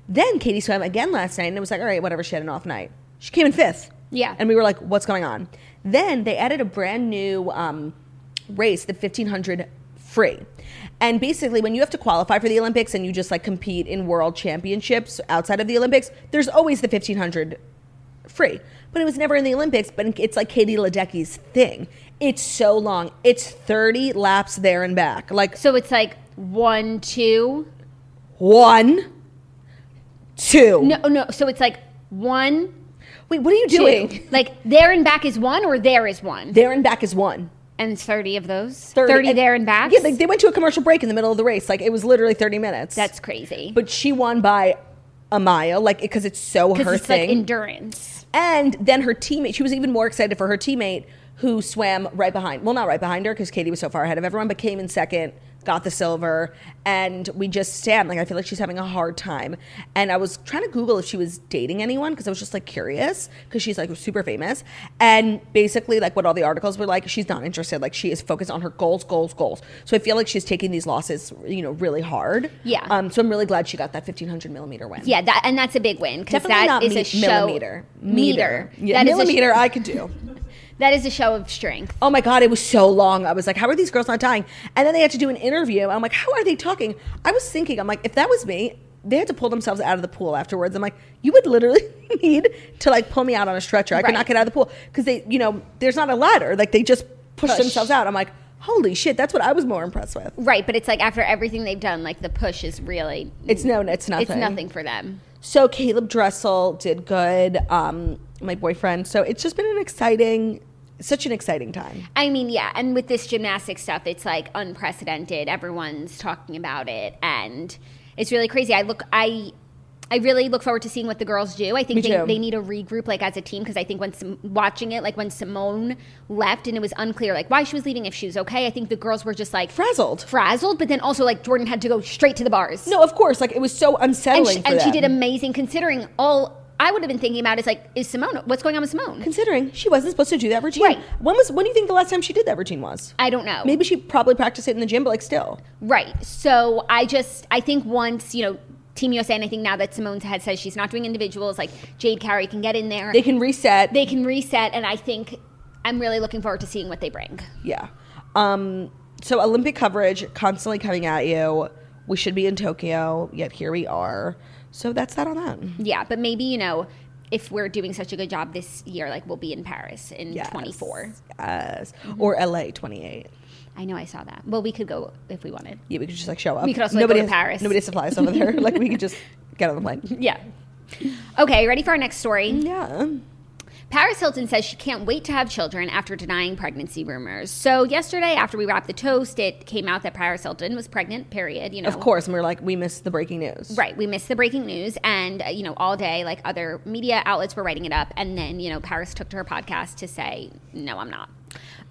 [SPEAKER 1] Then Katie swam again last night, and it was like, all right, whatever. She had an off night. She came in fifth.
[SPEAKER 2] Yeah.
[SPEAKER 1] and we were like, what's going on? Then they added a brand new um, race, the fifteen hundred free. And basically, when you have to qualify for the Olympics and you just like compete in world championships outside of the Olympics, there's always the fifteen hundred free. But it was never in the Olympics, but it's like Katie Ledecky's thing. It's so long. It's 30 laps there and back. Like
[SPEAKER 2] So it's like one, two.
[SPEAKER 1] one, two.
[SPEAKER 2] No, oh, no. So it's like one,
[SPEAKER 1] Wait, what are you
[SPEAKER 2] two.
[SPEAKER 1] doing?
[SPEAKER 2] Like there and back is one, or there is one,
[SPEAKER 1] There and back is one.
[SPEAKER 2] and thirty of those. Thirty, there and back.
[SPEAKER 1] Yeah, like they went to a commercial break in the middle of the race. Like it was literally 30 minutes.
[SPEAKER 2] that's crazy.
[SPEAKER 1] But she won by a mile, like because it's so her
[SPEAKER 2] because it's
[SPEAKER 1] thing.
[SPEAKER 2] like endurance.
[SPEAKER 1] And then her teammate, she was even more excited for her teammate who swam right behind. Well, not right behind her because Katie was so far ahead of everyone, but came in second, got the silver, and we just stand. Like, I feel like she's having a hard time. And I was trying to Google if she was dating anyone because I was just like curious because she's like super famous. And basically, like, what all the articles were like, she's not interested. Like, she is focused on her goals, goals, goals. So I feel like she's taking these losses, you know, really hard.
[SPEAKER 2] Yeah.
[SPEAKER 1] Um, so I'm really glad she got that 1500 millimeter win.
[SPEAKER 2] Yeah, that and that's a big win because that
[SPEAKER 1] Definitely not
[SPEAKER 2] is
[SPEAKER 1] me-
[SPEAKER 2] a show
[SPEAKER 1] millimeter.
[SPEAKER 2] meter.
[SPEAKER 1] Yeah,
[SPEAKER 2] That is a sh-
[SPEAKER 1] millimeter I could do.
[SPEAKER 2] that is a show of strength.
[SPEAKER 1] Oh my God, it was so long. I was like, how are these girls not dying? And then they had to do an interview. I'm like, how are they talking? I was thinking, I'm like, if that was me, they had to pull themselves out of the pool afterwards. I'm like, you would literally need to like pull me out on a stretcher. I could
[SPEAKER 2] Right.
[SPEAKER 1] not get out of the pool because they, you know, there's not a ladder. Like they just push,
[SPEAKER 2] Push.
[SPEAKER 1] themselves out. I'm like, holy shit, that's what I was more impressed with.
[SPEAKER 2] Right, but it's like after everything they've done, like the push is really
[SPEAKER 1] It's no, it's nothing.
[SPEAKER 2] it's nothing for them.
[SPEAKER 1] So Caleb Dressel did good. Um, my boyfriend. So it's just been an exciting, such an exciting time.
[SPEAKER 2] I mean, yeah, and with this gymnastics stuff, it's like unprecedented. Everyone's talking about it, and it's really crazy. I look, I, I really look forward to seeing what the girls do. I
[SPEAKER 1] Me
[SPEAKER 2] think they,
[SPEAKER 1] too.
[SPEAKER 2] they need a regroup, like as a team, because I think when Sim- watching it, like when Simone left, and it was unclear like why she was leaving, if she was okay. I think the girls were just like
[SPEAKER 1] Frazzled.
[SPEAKER 2] frazzled, but then also like Jordan had to go straight to the bars.
[SPEAKER 1] No, of course. Like it was so
[SPEAKER 2] and
[SPEAKER 1] unsettling.
[SPEAKER 2] she,
[SPEAKER 1] for
[SPEAKER 2] and she
[SPEAKER 1] them.
[SPEAKER 2] did amazing considering all I would have been thinking about is like, is Simone? What's going on with Simone?
[SPEAKER 1] considering she wasn't supposed to do that routine.
[SPEAKER 2] Right.
[SPEAKER 1] When was when do you think the last time she did that routine was?
[SPEAKER 2] I don't know.
[SPEAKER 1] Maybe she probably practiced it in the gym, but like still.
[SPEAKER 2] Right. So I just I think once you know Team USA, and I think now that Simone's had says she's not doing individuals, like Jade Carey can get in there.
[SPEAKER 1] They can reset.
[SPEAKER 2] they can reset, and I think I'm really looking forward to seeing what they bring.
[SPEAKER 1] yeah. Um so Olympic coverage constantly coming at you. We should be in Tokyo, yet here we are. So that's that on that.
[SPEAKER 2] Yeah, but maybe you know if we're doing such a good job this year, like we'll be in Paris in
[SPEAKER 1] Yes.
[SPEAKER 2] 24.
[SPEAKER 1] Yes. Or LA 28.
[SPEAKER 2] I know I saw that. Well, we could go if we wanted.
[SPEAKER 1] Yeah, we could just like show up.
[SPEAKER 2] We could also, like, go to
[SPEAKER 1] has-
[SPEAKER 2] Paris.
[SPEAKER 1] Nobody has to fly us over there. like we could just get on the plane.
[SPEAKER 2] Yeah. Okay, ready for our next story?
[SPEAKER 1] Yeah.
[SPEAKER 2] Paris Hilton says she can't wait to have children after denying pregnancy rumors. So yesterday, after we wrapped the toast, it came out that Paris Hilton was pregnant. Period. You know,
[SPEAKER 1] Of course, and we are like, we missed the breaking news.
[SPEAKER 2] Right. We missed the breaking news, and uh, you know, all day, like other media outlets were writing it up, and then you know, Paris took to her podcast to say, "No, I'm not."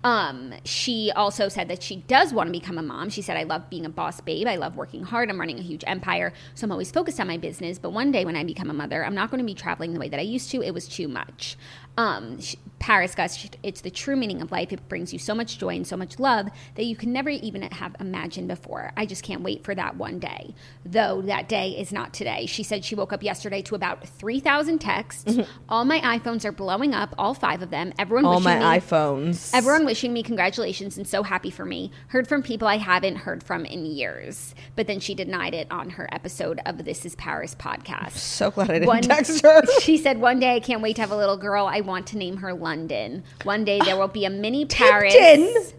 [SPEAKER 2] Um, she also said that she does want to become a mom. She said, "I love being a boss babe. I love working hard. I'm running a huge empire, so I'm always focused on my business. But one day when I become a mother, I'm not going to be traveling the way that I used to. It was too much." Um, sh Paris gushed, "It's the true meaning of life. It brings you so much joy and so much love that you can never even have imagined before. I just can't wait for that one day. Though that day is not today. She said she woke up yesterday to about 3,000 texts. All my iPhones are blowing up, all five of them. Everyone
[SPEAKER 1] Mm-hmm. All
[SPEAKER 2] wishing
[SPEAKER 1] my
[SPEAKER 2] me,
[SPEAKER 1] iPhones.
[SPEAKER 2] Everyone wishing me congratulations and so happy for me. Heard from people I haven't heard from in years. But then she denied it on her episode of This is Paris podcast.
[SPEAKER 1] so glad I didn't text her.
[SPEAKER 2] She said, "One day I can't wait to have a little girl. I want to name her London. One day there will be a mini Paris."
[SPEAKER 1] Tipton.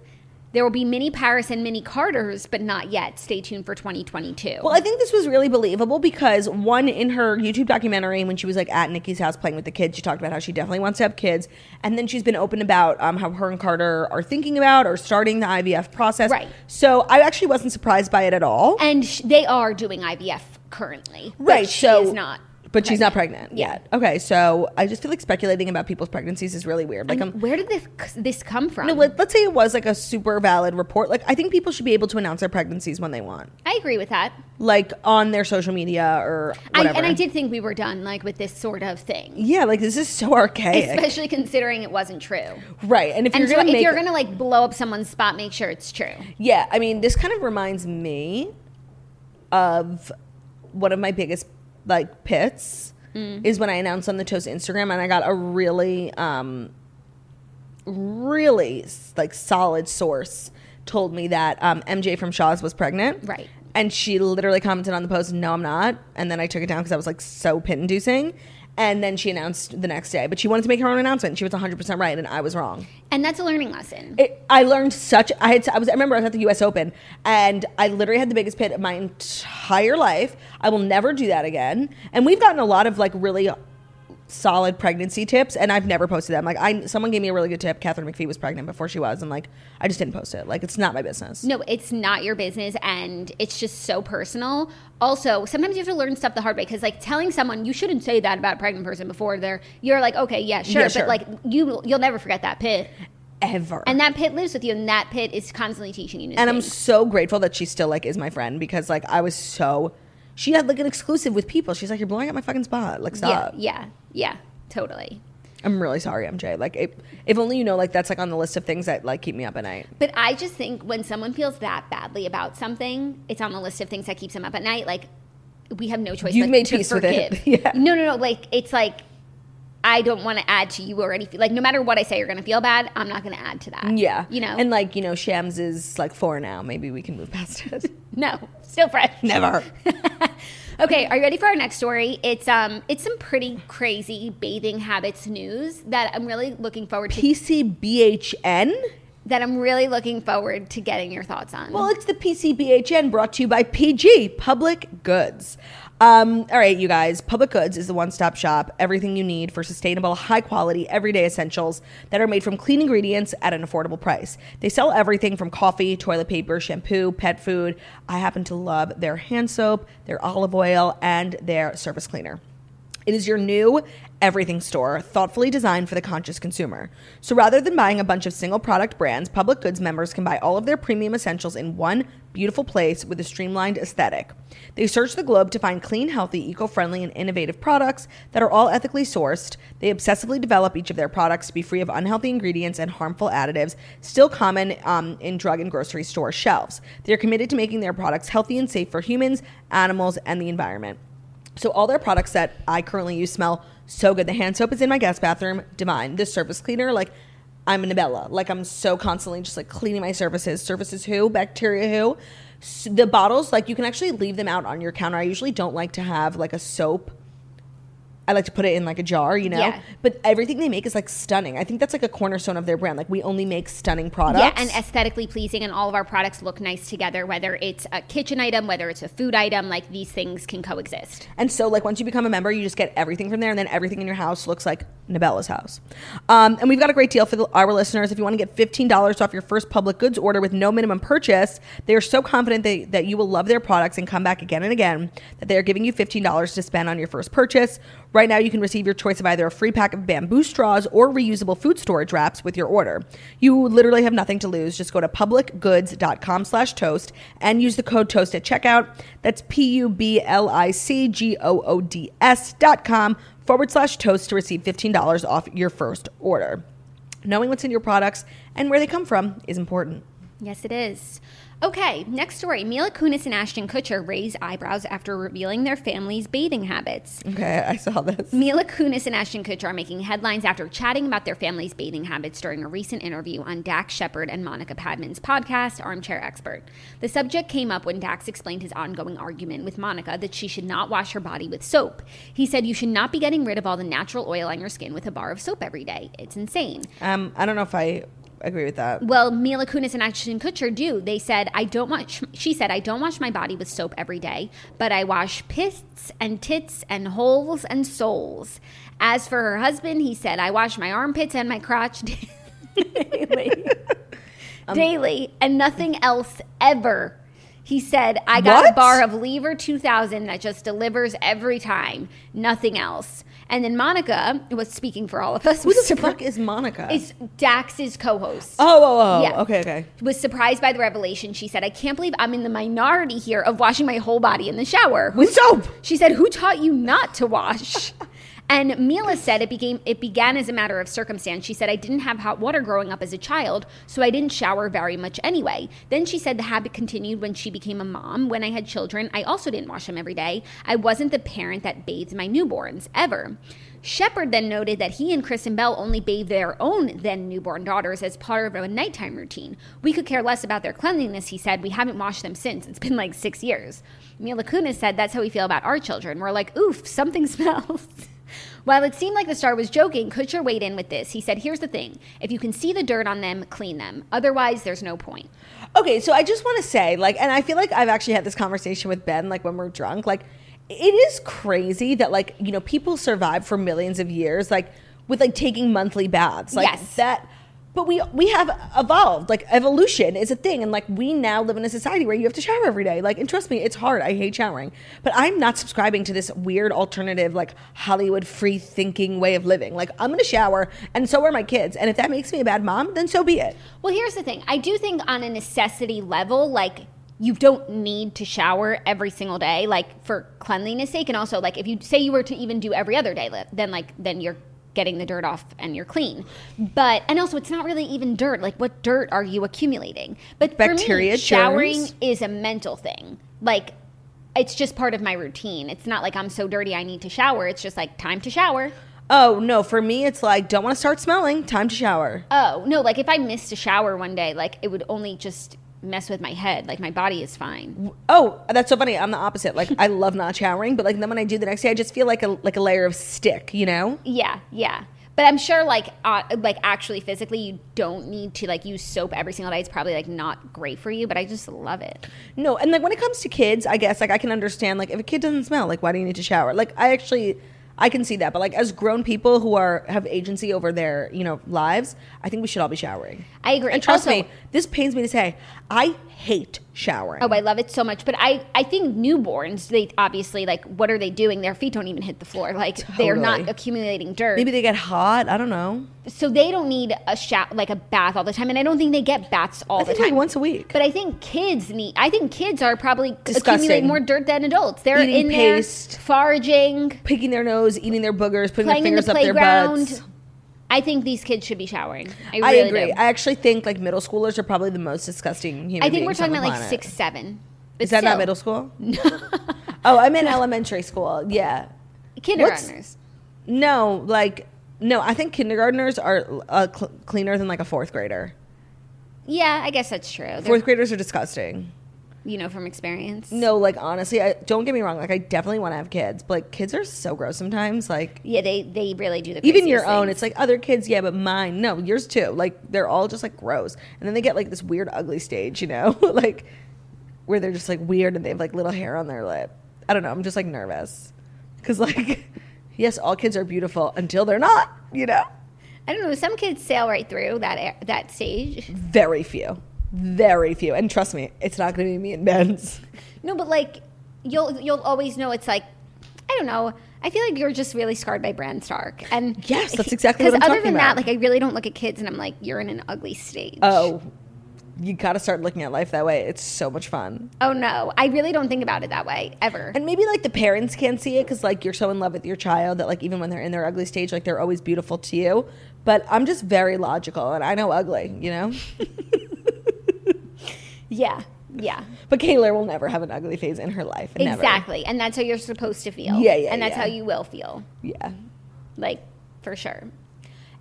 [SPEAKER 2] There will be mini Paris and mini Carters, but not yet. Stay tuned for 2022.
[SPEAKER 1] Well, I think this was really believable because one in her YouTube documentary, when she was like at Nikki's house playing with the kids, she talked about how she definitely wants to have kids, and then she's been open about um, how her and Carter are thinking about or starting the IVF process.
[SPEAKER 2] Right.
[SPEAKER 1] So I actually wasn't surprised by it at all.
[SPEAKER 2] and sh- they are doing IVF currently. but
[SPEAKER 1] right.
[SPEAKER 2] she
[SPEAKER 1] so
[SPEAKER 2] is not.
[SPEAKER 1] But she's not pregnant yet. Okay. So I just feel like speculating about people's pregnancies is really weird. Like I'm.
[SPEAKER 2] Where did this this come from?
[SPEAKER 1] No, let- let's say it was like a super valid report. Like I think people should be able to announce their pregnancies when they want,
[SPEAKER 2] I agree with that.
[SPEAKER 1] like on their social media or
[SPEAKER 2] I,
[SPEAKER 1] whatever.
[SPEAKER 2] and I did think we were done, like with this sort of thing,
[SPEAKER 1] Yeah, like this is so archaic.
[SPEAKER 2] especially considering it wasn't true.
[SPEAKER 1] right. And if
[SPEAKER 2] And
[SPEAKER 1] you're
[SPEAKER 2] so
[SPEAKER 1] gonna
[SPEAKER 2] if
[SPEAKER 1] make
[SPEAKER 2] you're gonna like blow up someone's spot, make sure it's true.
[SPEAKER 1] Yeah, I mean, this kind of reminds me of one of my biggest like pits is when I announced on the Toast Instagram and I got a really um really like solid source told me that um MJ from Shaw's was pregnant.
[SPEAKER 2] Right.
[SPEAKER 1] And she literally commented on the post, "No, I'm not." And then I took it down cuz I was like so pit inducing. And then she announced the next day, but she wanted to make her own announcement. She was 100% right and I was wrong
[SPEAKER 2] And that's a learning lesson.
[SPEAKER 1] it, I learned such. I had. I was. I remember I was at the U.S. Open, and I literally had the biggest pit of my entire life. I will never do that again. And we've gotten a lot of like really solid pregnancy tips, and I've never posted them. Like, I someone gave me a really good tip. Catherine McPhee was pregnant before she was, and like, I just didn't post it. Like, it's not my business.
[SPEAKER 2] No, it's not your business and it's just so personal. Also, sometimes you have to learn stuff the hard way because like telling someone you shouldn't say that about a pregnant person before they're you're like, okay, yeah, sure.
[SPEAKER 1] Yeah,
[SPEAKER 2] But
[SPEAKER 1] sure.
[SPEAKER 2] like you you'll never forget that pit.
[SPEAKER 1] Ever.
[SPEAKER 2] And that pit lives with you and that pit is constantly teaching you new
[SPEAKER 1] and I'm
[SPEAKER 2] things.
[SPEAKER 1] so grateful that she still like is my friend because like I was so. She had like an exclusive with people. She's like, "You're blowing up my fucking spot. Like, stop."
[SPEAKER 2] Yeah, yeah, yeah, totally.
[SPEAKER 1] I'm really sorry, MJ. Like, it, if only you know, like, that's like on the list of things that like keep me up at night.
[SPEAKER 2] But I just think when someone feels that badly about something, it's on the list of things that keeps them up at night. Like we have no choice.
[SPEAKER 1] You've
[SPEAKER 2] but
[SPEAKER 1] made
[SPEAKER 2] to
[SPEAKER 1] peace with it.
[SPEAKER 2] forgive.
[SPEAKER 1] Yeah.
[SPEAKER 2] No, no, no. Like it's like I don't want to add to you already. Feel, like no matter what I say, you're gonna feel bad. I'm not gonna add to that.
[SPEAKER 1] Yeah.
[SPEAKER 2] You know.
[SPEAKER 1] And like, you know, Shams is like four now. Maybe we can move past it.
[SPEAKER 2] no, still fresh.
[SPEAKER 1] Never.
[SPEAKER 2] Okay, are you ready for our next story? It's um, it's some pretty crazy bathing habits news that I'm really looking forward to.
[SPEAKER 1] PCBHN?
[SPEAKER 2] That I'm really looking forward to getting your thoughts on.
[SPEAKER 1] Well, it's the PCBHN brought to you by PG, Public Goods. Um, all right, you guys. Public Goods is the one stop shop, everything you need for sustainable, high quality, everyday essentials that are made from clean ingredients at an affordable price. They sell everything from coffee, toilet paper, shampoo, pet food. I happen to love their hand soap, their olive oil, and their surface cleaner. It is your new everything store, thoughtfully designed for the conscious consumer. So rather than buying a bunch of single product brands, public goods members can buy all of their premium essentials in one beautiful place with a streamlined aesthetic. They search the globe to find clean, healthy, eco friendly, and innovative products that are all ethically sourced. They obsessively develop each of their products to be free of unhealthy ingredients and harmful additives, still common um, in drug and grocery store shelves. They are committed to making their products healthy and safe for humans, animals, and the environment. So all their products that I currently use smell so good. The hand soap is in my guest bathroom, divine. This surface cleaner, like I'm an Abella. Like I'm so constantly just like cleaning my surfaces. Surfaces who? Bacteria who? S the bottles, like you can actually leave them out on your counter. I usually don't like to have like a soap. I like to put it in like a jar, you know.
[SPEAKER 2] Yeah.
[SPEAKER 1] But everything they make is like stunning. I think that's like a cornerstone of their brand. Like we only make stunning products.
[SPEAKER 2] Yeah, and aesthetically pleasing, and all of our products look nice together, whether it's a kitchen item, whether it's a food item, like these things can coexist.
[SPEAKER 1] And so, like, once you become a member, you just get everything from there, and then everything in your house looks like Nabella's house. Um, and we've got a great deal for the, our listeners. If you want to get $15 off your first public goods order with no minimum purchase, they are so confident they, that you will love their products and come back again and again that they are giving you $15 to spend on your first purchase. Right now, you can receive your choice of either a free pack of bamboo straws or reusable food storage wraps with your order. You literally have nothing to lose. Just go to publicgoods.com slash toast and use the code toast at checkout. That's P-U-B-L-I-C-G-O-O-D-S dot com forward slash toast to receive $15 off your first order. Knowing what's in your products and where they come from is important.
[SPEAKER 2] Yes, it is. Okay, next story. Mila Kunis and Ashton Kutcher raise eyebrows after revealing their family's bathing habits.
[SPEAKER 1] Okay, I saw this.
[SPEAKER 2] Mila Kunis and Ashton Kutcher are making headlines after chatting about their family's bathing habits during a recent interview on Dax Shepard and Monica Padman's podcast, Armchair Expert. The subject came up when Dax explained his ongoing argument with Monica that she should not wash her body with soap. He said, You should not be getting rid of all the natural oil on your skin with a bar of soap every day. It's insane.
[SPEAKER 1] Um, I don't know if I agree with that.
[SPEAKER 2] Well, Mila Kunis and Ashton Kutcher do. They said, "I don't wash." She said, "I don't wash my body with soap every day, but I wash pits and tits and holes and soles." As for her husband, he said, "I wash my armpits and my crotch daily,
[SPEAKER 1] Um,
[SPEAKER 2] daily, and nothing else ever." He said, "I got a
[SPEAKER 1] What?
[SPEAKER 2] bar of Lever 2000 that just delivers every time, nothing else." And then Monica was speaking for all of us.
[SPEAKER 1] Who the fuck is Monica?
[SPEAKER 2] It's Dax's co-host
[SPEAKER 1] oh, oh, oh.
[SPEAKER 2] Yeah.
[SPEAKER 1] Okay, okay.
[SPEAKER 2] was surprised by the revelation. She said, I can't believe I'm in the minority here of washing my whole body in the shower.
[SPEAKER 1] With soap.
[SPEAKER 2] She said, Who taught you not to wash? And Mila said it became it began as a matter of circumstance. She said I didn't have hot water growing up as a child, so I didn't shower very much anyway. Then she said the habit continued when she became a mom. When I had children, I also didn't wash them every day. I wasn't the parent that bathed my newborns ever. Shepard then noted that he and Kristen Bell only bathed their own then newborn daughters as part of a nighttime routine. We could care less about their cleanliness, he said. We haven't washed them since. It's been like six years. Mila Kunis said that's how we feel about our children. We're like, oof, something smells. While it seemed like the star was joking, Kutcher weighed in with this. He said, Here's the thing if you can see the dirt on them, clean them. Otherwise, there's no point.
[SPEAKER 1] Okay, so I just want to say, like, and I feel like I've actually had this conversation with Ben, like, when we're drunk. Like, it is crazy that, like, you know, people survive for millions of years, like, with like taking monthly baths, like
[SPEAKER 2] Yes.
[SPEAKER 1] that. But we we have evolved, like evolution is a thing, and like we now live in a society where you have to shower every day. Like, and trust me, it's hard. I hate showering, but I'm not subscribing to this weird alternative, like Hollywood free thinking way of living. Like, I'm gonna shower, and so are my kids, and if that makes me a bad mom, then so be it.
[SPEAKER 2] Well, here's the thing. I do think on a necessity level, like you don't need to shower every single day, like for cleanliness sake, and also like if you say you were to even do every other day, li- then like then you're getting the dirt off and you're clean. But and also it's not really even dirt. Like what dirt are you accumulating? But for
[SPEAKER 1] Bacteria,
[SPEAKER 2] me, showering
[SPEAKER 1] germs?
[SPEAKER 2] is a mental thing. Like it's just part of my routine. It's not like I'm so dirty I need to shower. It's just like time to shower.
[SPEAKER 1] Oh no, for me it's like don't want to start smelling. Time to shower.
[SPEAKER 2] Oh, no, like if I missed a shower one day, like it would only just mess with my head. Like my body is fine.
[SPEAKER 1] Oh, that's so funny. I'm the opposite. Like I love not showering, but like then when I do the next day, I just feel like a like a layer of stick. You know?
[SPEAKER 2] Yeah, yeah. But I'm sure like uh, like actually physically you don't need to like use soap every single day. It's probably like not great for you, but I just love it.
[SPEAKER 1] No, and like when it comes to kids, I guess like I can understand like if a kid doesn't smell, like why do you need to shower? Like I actually I can see that, but like as grown people who are have agency over their you know lives, I think we should all be showering.
[SPEAKER 2] I agree.
[SPEAKER 1] And trust
[SPEAKER 2] Also-
[SPEAKER 1] me, this pains me to say, I hate showering.
[SPEAKER 2] Oh, I love it so much. But I I think newborns, they obviously like what are they doing? Their feet don't even hit the floor. Like they're not
[SPEAKER 1] Totally.
[SPEAKER 2] accumulating dirt.
[SPEAKER 1] Maybe they get hot. I don't know.
[SPEAKER 2] so they don't need a shower like a bath all the time and I don't think they get baths all
[SPEAKER 1] I
[SPEAKER 2] the
[SPEAKER 1] think
[SPEAKER 2] time.
[SPEAKER 1] like once a week.
[SPEAKER 2] But I think kids need. I think kids are probably accumulating
[SPEAKER 1] Disgusting.
[SPEAKER 2] more dirt than adults. They're
[SPEAKER 1] Eating
[SPEAKER 2] in there
[SPEAKER 1] paste.
[SPEAKER 2] foraging,
[SPEAKER 1] picking their nose, eating their boogers, putting
[SPEAKER 2] playing
[SPEAKER 1] their
[SPEAKER 2] in the
[SPEAKER 1] fingers up their
[SPEAKER 2] playground.
[SPEAKER 1] butts.
[SPEAKER 2] I think these kids should be showering. I
[SPEAKER 1] I
[SPEAKER 2] really
[SPEAKER 1] agree.
[SPEAKER 2] do.
[SPEAKER 1] I actually think like middle schoolers are probably the most disgusting human.
[SPEAKER 2] I think we're
[SPEAKER 1] beings
[SPEAKER 2] talking
[SPEAKER 1] on
[SPEAKER 2] about
[SPEAKER 1] the
[SPEAKER 2] like
[SPEAKER 1] planet.
[SPEAKER 2] six, seven. But
[SPEAKER 1] Is that
[SPEAKER 2] still,
[SPEAKER 1] not middle school? oh, I'm in elementary school. Yeah.
[SPEAKER 2] Kindergartners.
[SPEAKER 1] No, like no. I think kindergartners are uh, cl- cleaner than like a fourth grader.
[SPEAKER 2] Yeah, I guess that's true. They're-
[SPEAKER 1] Fourth graders are disgusting.
[SPEAKER 2] you know from experience.
[SPEAKER 1] No, like honestly, I, don't get me wrong. Like I definitely want to have kids, but like kids are so gross sometimes. Like
[SPEAKER 2] Yeah, they they really do the
[SPEAKER 1] even
[SPEAKER 2] craziest
[SPEAKER 1] your own.
[SPEAKER 2] things.
[SPEAKER 1] It's like other kids, yeah, but mine, no, yours too. Like they're all just like gross, and then they get like this weird, ugly stage, you know, like where they're just like weird and they have like little hair on their lip. I don't know. I'm just like nervous because like, yes, all kids are beautiful until they're not, you know.
[SPEAKER 2] I don't know. Some kids sail right through that e- that stage.
[SPEAKER 1] Very few, very few, and trust me, it's not going to be me and Ben's.
[SPEAKER 2] No, but like you'll you'll always know it's like I don't know. I feel like you're just really scarred by Bran Stark, and
[SPEAKER 1] Yes, that's exactly what I'm
[SPEAKER 2] other
[SPEAKER 1] talking
[SPEAKER 2] than
[SPEAKER 1] about.
[SPEAKER 2] that, like I really don't look at kids, and I'm like, you're in an ugly stage.
[SPEAKER 1] Oh, you got to start looking at life that way. It's so much fun.
[SPEAKER 2] oh no, I really don't think about it that way ever.
[SPEAKER 1] And maybe like the parents can't see it because like you're so in love with your child that like even when they're in their ugly stage, like they're always beautiful to you. But I'm just very logical and I know ugly, you know?
[SPEAKER 2] yeah, yeah,
[SPEAKER 1] But Kayla will never have an ugly phase in her life. Never.
[SPEAKER 2] exactly. And that's how you're supposed to feel.
[SPEAKER 1] Yeah, yeah,
[SPEAKER 2] And that's
[SPEAKER 1] yeah.
[SPEAKER 2] how you will feel,
[SPEAKER 1] Yeah.
[SPEAKER 2] like for sure.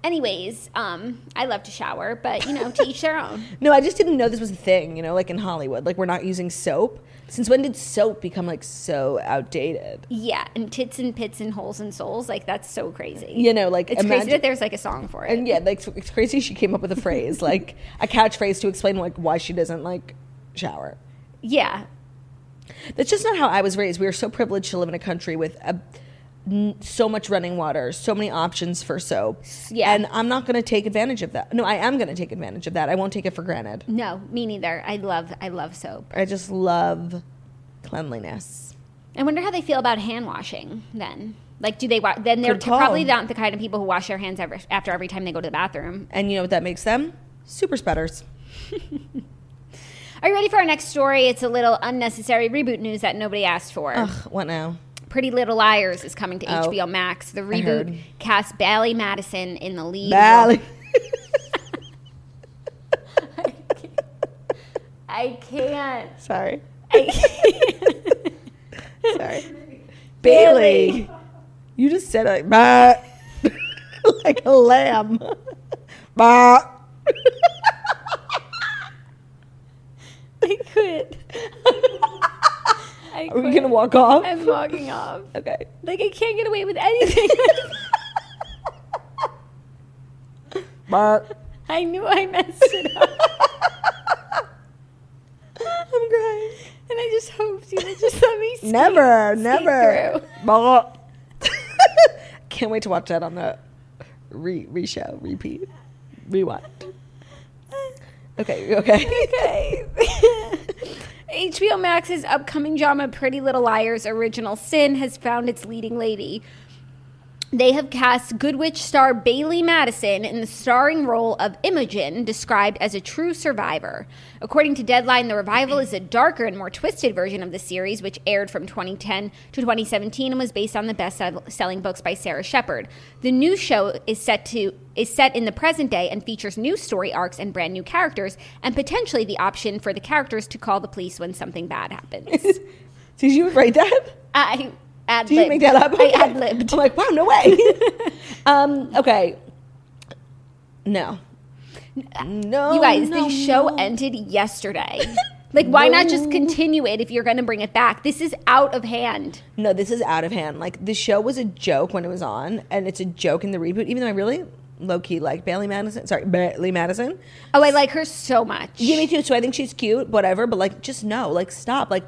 [SPEAKER 2] Anyways, um, I love to shower, but you know, to each their own.
[SPEAKER 1] No, I just didn't know this was a thing, you know, like in Hollywood. Like, we're not using soap. Since when did soap become like so outdated?
[SPEAKER 2] Yeah, and tits and pits and holes and souls, like that's so crazy.
[SPEAKER 1] You know, like,
[SPEAKER 2] it's
[SPEAKER 1] imagine-
[SPEAKER 2] crazy that there's like a song for it.
[SPEAKER 1] And yeah, like, it's crazy she came up with a phrase, like a catchphrase to explain like why she doesn't like shower.
[SPEAKER 2] yeah,
[SPEAKER 1] That's just not how I was raised. We were so privileged to live in a country with a, n- so much running water, so many options for soap.
[SPEAKER 2] Yeah.
[SPEAKER 1] And I'm not going to take advantage of that. No, I am going to take advantage of that. I won't take it for granted.
[SPEAKER 2] no, me neither. I love, I love soap.
[SPEAKER 1] I just love cleanliness.
[SPEAKER 2] I wonder how they feel about hand washing then. Like, do they wa- then they're
[SPEAKER 1] Good
[SPEAKER 2] t-
[SPEAKER 1] call.
[SPEAKER 2] probably not the kind of people who wash their hands every, after every time they go to the bathroom.
[SPEAKER 1] And you know what that makes them? Super spreaders.
[SPEAKER 2] Are you ready for our next story? It's a little unnecessary reboot news that nobody asked for.
[SPEAKER 1] Ugh, what now?
[SPEAKER 2] Pretty Little Liars is coming to
[SPEAKER 1] Oh.
[SPEAKER 2] HBO Max. The
[SPEAKER 1] heard.
[SPEAKER 2] reboot casts Bally Madison in the lead.
[SPEAKER 1] Bally.
[SPEAKER 2] I can't.
[SPEAKER 1] Sorry.
[SPEAKER 2] I-
[SPEAKER 1] Sorry. Bailey. You just said like, bah. like a lamb. bah.
[SPEAKER 2] I quit. I
[SPEAKER 1] Are we
[SPEAKER 2] quit.
[SPEAKER 1] going to walk off?
[SPEAKER 2] I'm walking off.
[SPEAKER 1] okay.
[SPEAKER 2] Like I can't get away with anything.
[SPEAKER 1] Bah.
[SPEAKER 2] I knew I messed it up,
[SPEAKER 1] I'm crying.
[SPEAKER 2] and I just hoped you would just let me. sneak-
[SPEAKER 1] Never,
[SPEAKER 2] sneak
[SPEAKER 1] never.
[SPEAKER 2] through.
[SPEAKER 1] Bah. Can't wait to watch that on the re re-show, repeat, rewind. Okay, you okay.
[SPEAKER 2] Okay. HBO Max's upcoming drama Pretty Little Liars Original Sin has found its leading lady. They have cast Good Witch star Bailey Madison in the starring role of Imogen, described as a true survivor. According to Deadline, the revival is a darker and more twisted version of the series, which aired from 2010 to 2017 and was based on the best-selling books by Sarah Shepard. The new show is set to is set in the present day and features new story arcs and brand new characters, and potentially the option for the characters to call the police when something bad happens.
[SPEAKER 1] Did you write that?
[SPEAKER 2] I ad
[SPEAKER 1] Did you make that up? Oh,
[SPEAKER 2] I ad libbed.
[SPEAKER 1] I'm like, wow, no way. um, okay. No. No.
[SPEAKER 2] You guys,
[SPEAKER 1] no,
[SPEAKER 2] the show
[SPEAKER 1] no.
[SPEAKER 2] ended yesterday. Like, why not just continue it if you're going to bring it back? This is out of hand.
[SPEAKER 1] No, this is out of hand. Like the show was a joke when it was on, and it's a joke in the reboot. Even though I really low key like Bailey Madison. Sorry, Bailey Madison.
[SPEAKER 2] Oh, I like her so much.
[SPEAKER 1] Yeah, me too. So I think she's cute, whatever. But like, just no, like, stop. Like,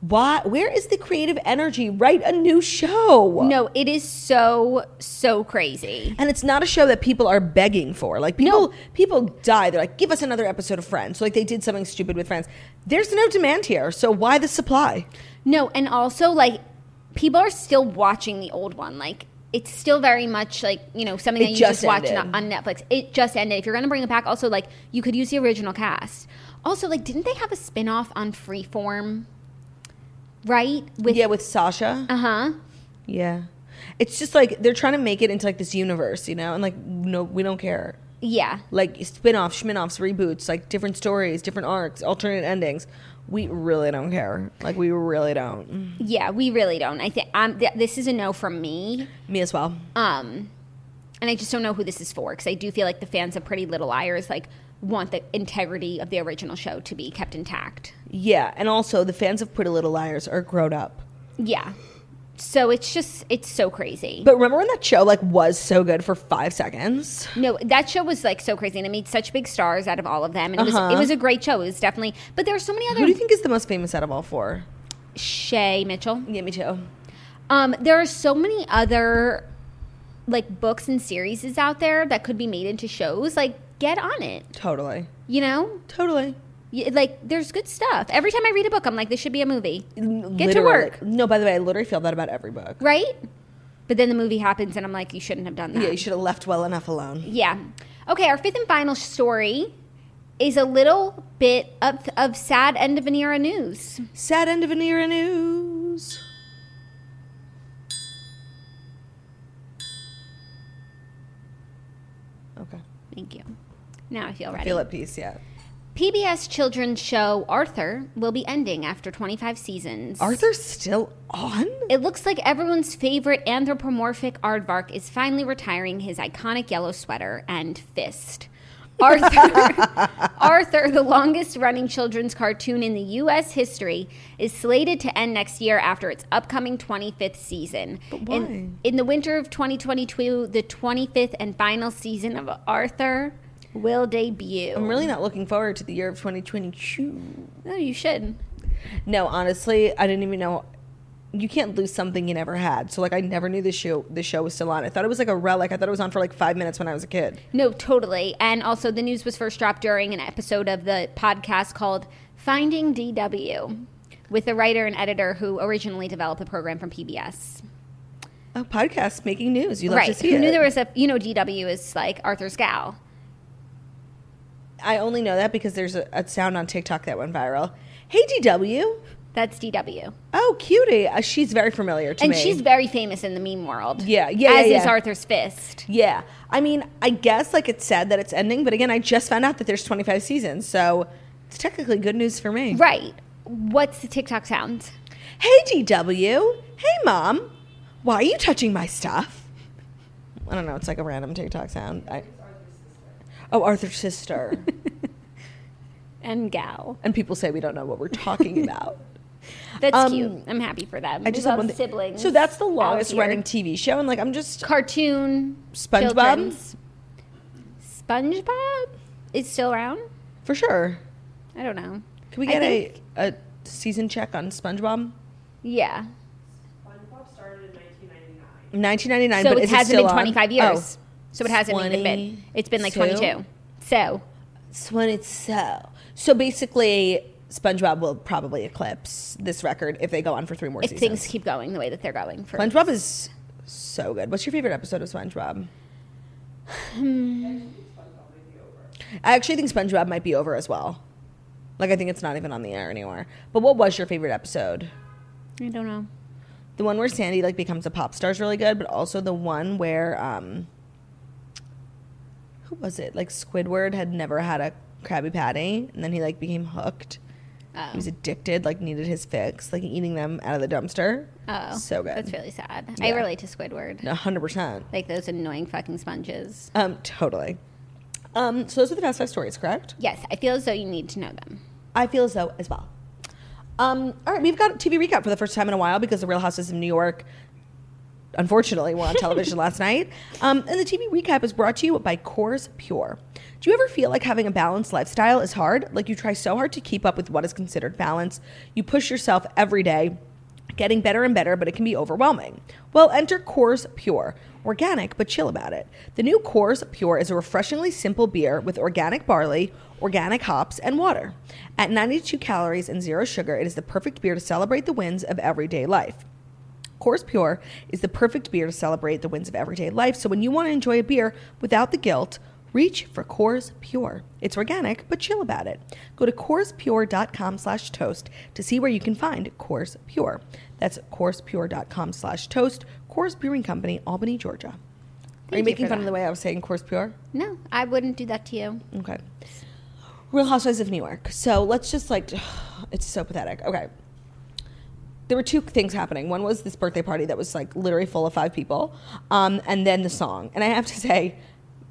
[SPEAKER 1] why? Where is the creative energy? Write a new show.
[SPEAKER 2] No, it is so, so crazy.
[SPEAKER 1] And it's not a show that people are begging for. Like people,
[SPEAKER 2] No.
[SPEAKER 1] people die. They're like, give us another episode of Friends. So like they did something stupid with Friends. There's no demand here, so why the supply?
[SPEAKER 2] No, and also, like, people are still watching the old one. Like, it's still very much like, you know, something
[SPEAKER 1] It
[SPEAKER 2] that you
[SPEAKER 1] just
[SPEAKER 2] just, watch
[SPEAKER 1] ended.
[SPEAKER 2] on, on Netflix. It just ended. If you're going to bring it back, also, like, you could use the original cast. Also, like, didn't they have a spin off on Freeform? Right? With,
[SPEAKER 1] Yeah, with Sasha.
[SPEAKER 2] uh huh.
[SPEAKER 1] Yeah, it's just like they're trying to make it into like this universe, you know. And like, no, we don't care.
[SPEAKER 2] Yeah.
[SPEAKER 1] Like spin-offs, schmin-offs, reboots, like different stories, different arcs, alternate endings. We really don't care. Like we really don't.
[SPEAKER 2] Yeah, we really don't. I think um, th- this is a no from me,
[SPEAKER 1] Me as well.
[SPEAKER 2] um, and I just don't know who this is for because I do feel like the fans of Pretty Little Liars like want the integrity of the original show to be kept intact.
[SPEAKER 1] Yeah, and also the fans of Pretty Little Liars are grown up.
[SPEAKER 2] Yeah, so it's just it's so crazy.
[SPEAKER 1] But remember when that show like was so good for five seconds?
[SPEAKER 2] no, that show was like so crazy, and it made such big stars out of all of them, and it was
[SPEAKER 1] Uh-huh.
[SPEAKER 2] it was a great show. It was definitely, but there are so many
[SPEAKER 1] Who do
[SPEAKER 2] other
[SPEAKER 1] you think is the most famous out of all four?
[SPEAKER 2] Shay Mitchell.
[SPEAKER 1] Yeah, me too.
[SPEAKER 2] Um, there are so many other like books and series out there that could be made into shows. Like, get on it.
[SPEAKER 1] Totally.
[SPEAKER 2] You know,
[SPEAKER 1] Totally.
[SPEAKER 2] Y- like there's good stuff. Every time I read a book, I'm like, this should be a movie,
[SPEAKER 1] Get
[SPEAKER 2] work.
[SPEAKER 1] No, by the way, I literally feel that about every book.
[SPEAKER 2] right? But then the movie happens, and I'm like, you shouldn't have done that.
[SPEAKER 1] Yeah, you should have left well enough alone.
[SPEAKER 2] Yeah. Okay, our fifth and final story is a little bit of, of sad end of an era news.
[SPEAKER 1] Sad end of an era news. Okay.
[SPEAKER 2] Thank you. Now I feel ready.
[SPEAKER 1] Feel at peace, yeah.
[SPEAKER 2] PBS children's show Arthur will be ending after 25 seasons.
[SPEAKER 1] Arthur's still on?
[SPEAKER 2] It looks like everyone's favorite anthropomorphic aardvark is finally retiring his iconic yellow sweater and fist. Arthur, Arthur, the longest running children's cartoon in the U.S. history, is slated to end next year after its upcoming 25th season. But
[SPEAKER 1] why?
[SPEAKER 2] In, in the winter of 2022, the 25th and final season of Arthur will debut.
[SPEAKER 1] I'm really not looking forward to the year of 2022.
[SPEAKER 2] no, you should.
[SPEAKER 1] No, honestly, I didn't even know. You can't lose something you never had. So like, I never knew the show. The show was still on. I thought it was like a relic. I thought it was on for like five minutes when I was a kid.
[SPEAKER 2] No, totally. And also, the news was first dropped during an episode of the podcast called Finding DW with the writer and editor who originally developed the program from PBS.
[SPEAKER 1] Oh, podcast making news. You love to
[SPEAKER 2] right.
[SPEAKER 1] see
[SPEAKER 2] Who
[SPEAKER 1] it.
[SPEAKER 2] knew there was a, you know, DW is like Arthur's gal.
[SPEAKER 1] I only know that because there's a, a sound on TikTok that went viral. Hey DW.
[SPEAKER 2] That's DW.
[SPEAKER 1] Oh, cutie. Uh, she's very familiar to
[SPEAKER 2] And
[SPEAKER 1] me.
[SPEAKER 2] she's very famous in the meme world.
[SPEAKER 1] Yeah, yeah,
[SPEAKER 2] As
[SPEAKER 1] yeah,
[SPEAKER 2] is
[SPEAKER 1] yeah.
[SPEAKER 2] Arthur's fist.
[SPEAKER 1] Yeah. I mean, I guess like it's sad that it's ending, but again, I just found out that there's 25 seasons, so it's technically good news for me.
[SPEAKER 2] Right. What's the TikTok sound?
[SPEAKER 1] Hey DW. Hey mom. Why are you touching my stuff? I don't know, it's like a random TikTok sound. I, oh, Arthur's sister.
[SPEAKER 2] And gal.
[SPEAKER 1] and people say we don't know what we're talking about.
[SPEAKER 2] That's
[SPEAKER 1] Um,
[SPEAKER 2] cute. I'm happy for them.
[SPEAKER 1] I just
[SPEAKER 2] we
[SPEAKER 1] have
[SPEAKER 2] love
[SPEAKER 1] one thing.
[SPEAKER 2] siblings.
[SPEAKER 1] So that's the
[SPEAKER 2] out
[SPEAKER 1] longest
[SPEAKER 2] here.
[SPEAKER 1] running TV show, and like I'm just
[SPEAKER 2] cartoon.
[SPEAKER 1] SpongeBob?
[SPEAKER 2] children's. SpongeBob is still around.
[SPEAKER 1] for sure.
[SPEAKER 2] I don't know.
[SPEAKER 1] Can we
[SPEAKER 2] I
[SPEAKER 1] get a,
[SPEAKER 2] think-
[SPEAKER 1] a season check on SpongeBob?
[SPEAKER 2] Yeah.
[SPEAKER 3] SpongeBob started in 1999.
[SPEAKER 1] 1999,
[SPEAKER 2] So
[SPEAKER 1] but
[SPEAKER 2] it
[SPEAKER 1] is
[SPEAKER 2] hasn't
[SPEAKER 1] still
[SPEAKER 2] been
[SPEAKER 1] on?
[SPEAKER 2] 25 years.
[SPEAKER 1] Oh.
[SPEAKER 2] So it hasn't even been. It's been like
[SPEAKER 1] 22?
[SPEAKER 2] 22. So
[SPEAKER 1] It's when it's so. So basically, SpongeBob will probably eclipse this record if they go on for three more
[SPEAKER 2] if
[SPEAKER 1] seasons.
[SPEAKER 2] things keep going the way that they're going for
[SPEAKER 1] SpongeBob is so good. What's your favorite episode of SpongeBob?
[SPEAKER 2] Hmm.
[SPEAKER 1] I actually think SpongeBob might be over as well. Like I think it's not even on the air anymore. But what was your favorite episode?
[SPEAKER 2] I don't know.
[SPEAKER 1] The one where Sandy like becomes a pop star is really good, but also the one where um who was it? Like Squidward had never had a Krabby Patty and then he like became hooked.
[SPEAKER 2] Oh.
[SPEAKER 1] He was addicted, like needed his fix, like eating them out of the dumpster.
[SPEAKER 2] Oh,
[SPEAKER 1] so good.
[SPEAKER 2] That's really sad. I
[SPEAKER 1] Yeah.
[SPEAKER 2] relate to Squidward.
[SPEAKER 1] A hundred percent.
[SPEAKER 2] Like those annoying fucking sponges.
[SPEAKER 1] Um, totally. Um, so those are the fast five stories, correct?
[SPEAKER 2] Yes, I feel as though you need to know them.
[SPEAKER 1] I feel as though as well. Um, all right, we've got TV recap for the first time in a while because the Real Houses of New York, unfortunately, were on television last night. Um, and the TV recap is brought to you by Coors Pure. Do you ever feel like having a balanced lifestyle is hard? Like you try so hard to keep up with what is considered balance, you push yourself every day getting better and better, but it can be overwhelming. Well, enter Coors Pure. Organic, but chill about it. The new Coors Pure is a refreshingly simple beer with organic barley, organic hops, and water. At 92 calories and zero sugar, it is the perfect beer to celebrate the wins of everyday life. Coors Pure is the perfect beer to celebrate the wins of everyday life. So when you want to enjoy a beer without the guilt, reach for Coors Pure. It's organic, but chill about it. Go to CoorsPure.com slash toast to see where you can find Coors Pure. That's CoorsPure.com slash toast. Coors Brewing Company, Albany, Georgia. Are you
[SPEAKER 2] you
[SPEAKER 1] making
[SPEAKER 2] for
[SPEAKER 1] fun of
[SPEAKER 2] that.
[SPEAKER 1] the way I was saying Coors Pure?
[SPEAKER 2] No, I wouldn't do that to you.
[SPEAKER 1] Okay. Real Housewives of New York. So let's just like, it's so pathetic. Okay. There were two things happening. One was this birthday party that was like literally full of five people, um, and then the song. And I have to say,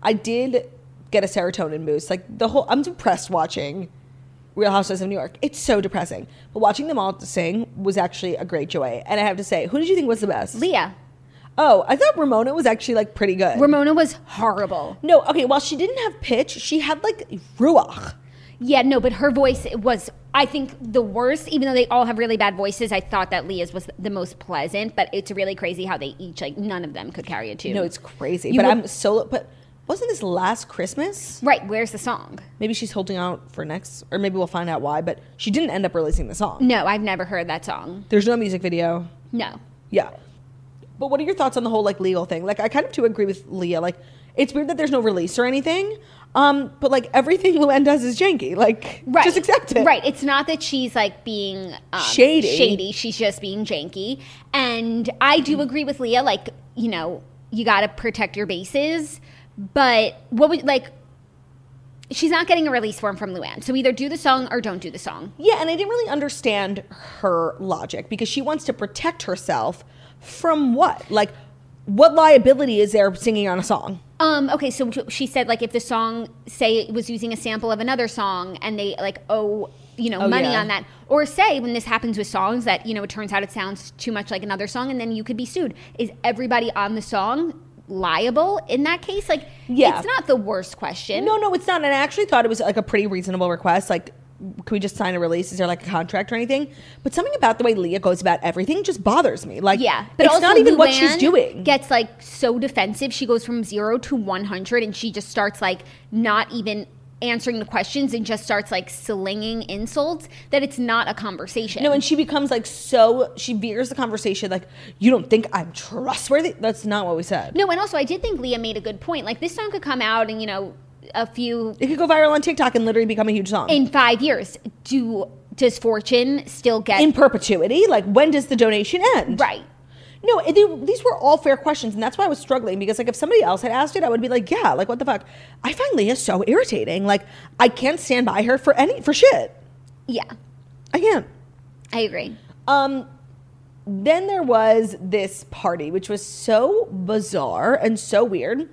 [SPEAKER 1] I did get a serotonin boost. Like the whole, I'm depressed watching Real Housewives of New York. It's so depressing. But watching them all sing was actually a great joy. And I have to say, who did you think was the best?
[SPEAKER 2] Leah,
[SPEAKER 1] Oh, I thought Ramona was actually like pretty good.
[SPEAKER 2] Ramona was horrible.
[SPEAKER 1] no, okay. While she didn't have pitch, she had like ruach.
[SPEAKER 2] Yeah, no, but her voice was, I think, the worst. Even though they all have really bad voices, I thought that Leah's was the most pleasant. But it's really crazy how they each like none of them could carry a tune.
[SPEAKER 1] No, it's crazy.
[SPEAKER 2] You
[SPEAKER 1] but
[SPEAKER 2] would-
[SPEAKER 1] I'm so. But wasn't this last Christmas?
[SPEAKER 2] right. Where's the song?
[SPEAKER 1] Maybe she's holding out for next, or maybe we'll find out why. But she didn't end up releasing the song.
[SPEAKER 2] No, I've never heard that song.
[SPEAKER 1] There's no music video.
[SPEAKER 2] No,
[SPEAKER 1] Yeah. But what are your thoughts on the whole like legal thing? Like, I kind of do agree with Leah. Like, it's weird that there's no release or anything. Um, but like everything Luann does is janky. Like,
[SPEAKER 2] right.
[SPEAKER 1] just accept it.
[SPEAKER 2] Right. It's not that she's like being um,
[SPEAKER 1] Shady.
[SPEAKER 2] Shady. She's just being janky. And I do agree with Leah. Like you know, you got to protect your bases. But what would like? she's not getting a release form from Luann. So either do the song or don't do the song.
[SPEAKER 1] Yeah, and I didn't really understand her logic because she wants to protect herself from what? Like, what liability is there singing on a song?
[SPEAKER 2] Um, okay, so t- she said like if the song say it was using a sample of another song and they like owe you know
[SPEAKER 1] Oh,
[SPEAKER 2] money
[SPEAKER 1] yeah.
[SPEAKER 2] on that, or say when this happens with songs that you know it turns out it sounds too much like another song and then you could be sued. Is everybody on the song liable in that case? Like,
[SPEAKER 1] Yeah.
[SPEAKER 2] it's not the worst question.
[SPEAKER 1] No, no, it's not. And I actually thought it was like a pretty reasonable request. Like, can we just sign a release? Is there like a contract or anything? But something about the way Leah goes about everything just bothers me. Like,
[SPEAKER 2] Yeah,
[SPEAKER 1] but it's not even what she's
[SPEAKER 2] Luann
[SPEAKER 1] doing.
[SPEAKER 2] Gets like so defensive. She goes from zero to one hundred, and she just starts like not even answering the questions, and just starts like slinging insults that it's not a conversation.
[SPEAKER 1] no, and she becomes like so. She veers the conversation. Like, you don't think I'm trustworthy? That's not what we said.
[SPEAKER 2] No, and also I did think Leah made a good point. Like this song could come out, and you know, a few
[SPEAKER 1] It could go viral on TikTok and literally become a huge song
[SPEAKER 2] in five years. Do does Fortune still get
[SPEAKER 1] in perpetuity. Like, when does the donation end?
[SPEAKER 2] right?
[SPEAKER 1] No, and they, these were all fair questions, and that's why I was struggling because, like, if somebody else had asked it, I would be like, "Yeah, like, what the fuck?" I find Leah so irritating. Like, I can't stand by her for any for shit.
[SPEAKER 2] Yeah,
[SPEAKER 1] I can't.
[SPEAKER 2] I agree.
[SPEAKER 1] Um, then there was this party, which was so bizarre and so weird.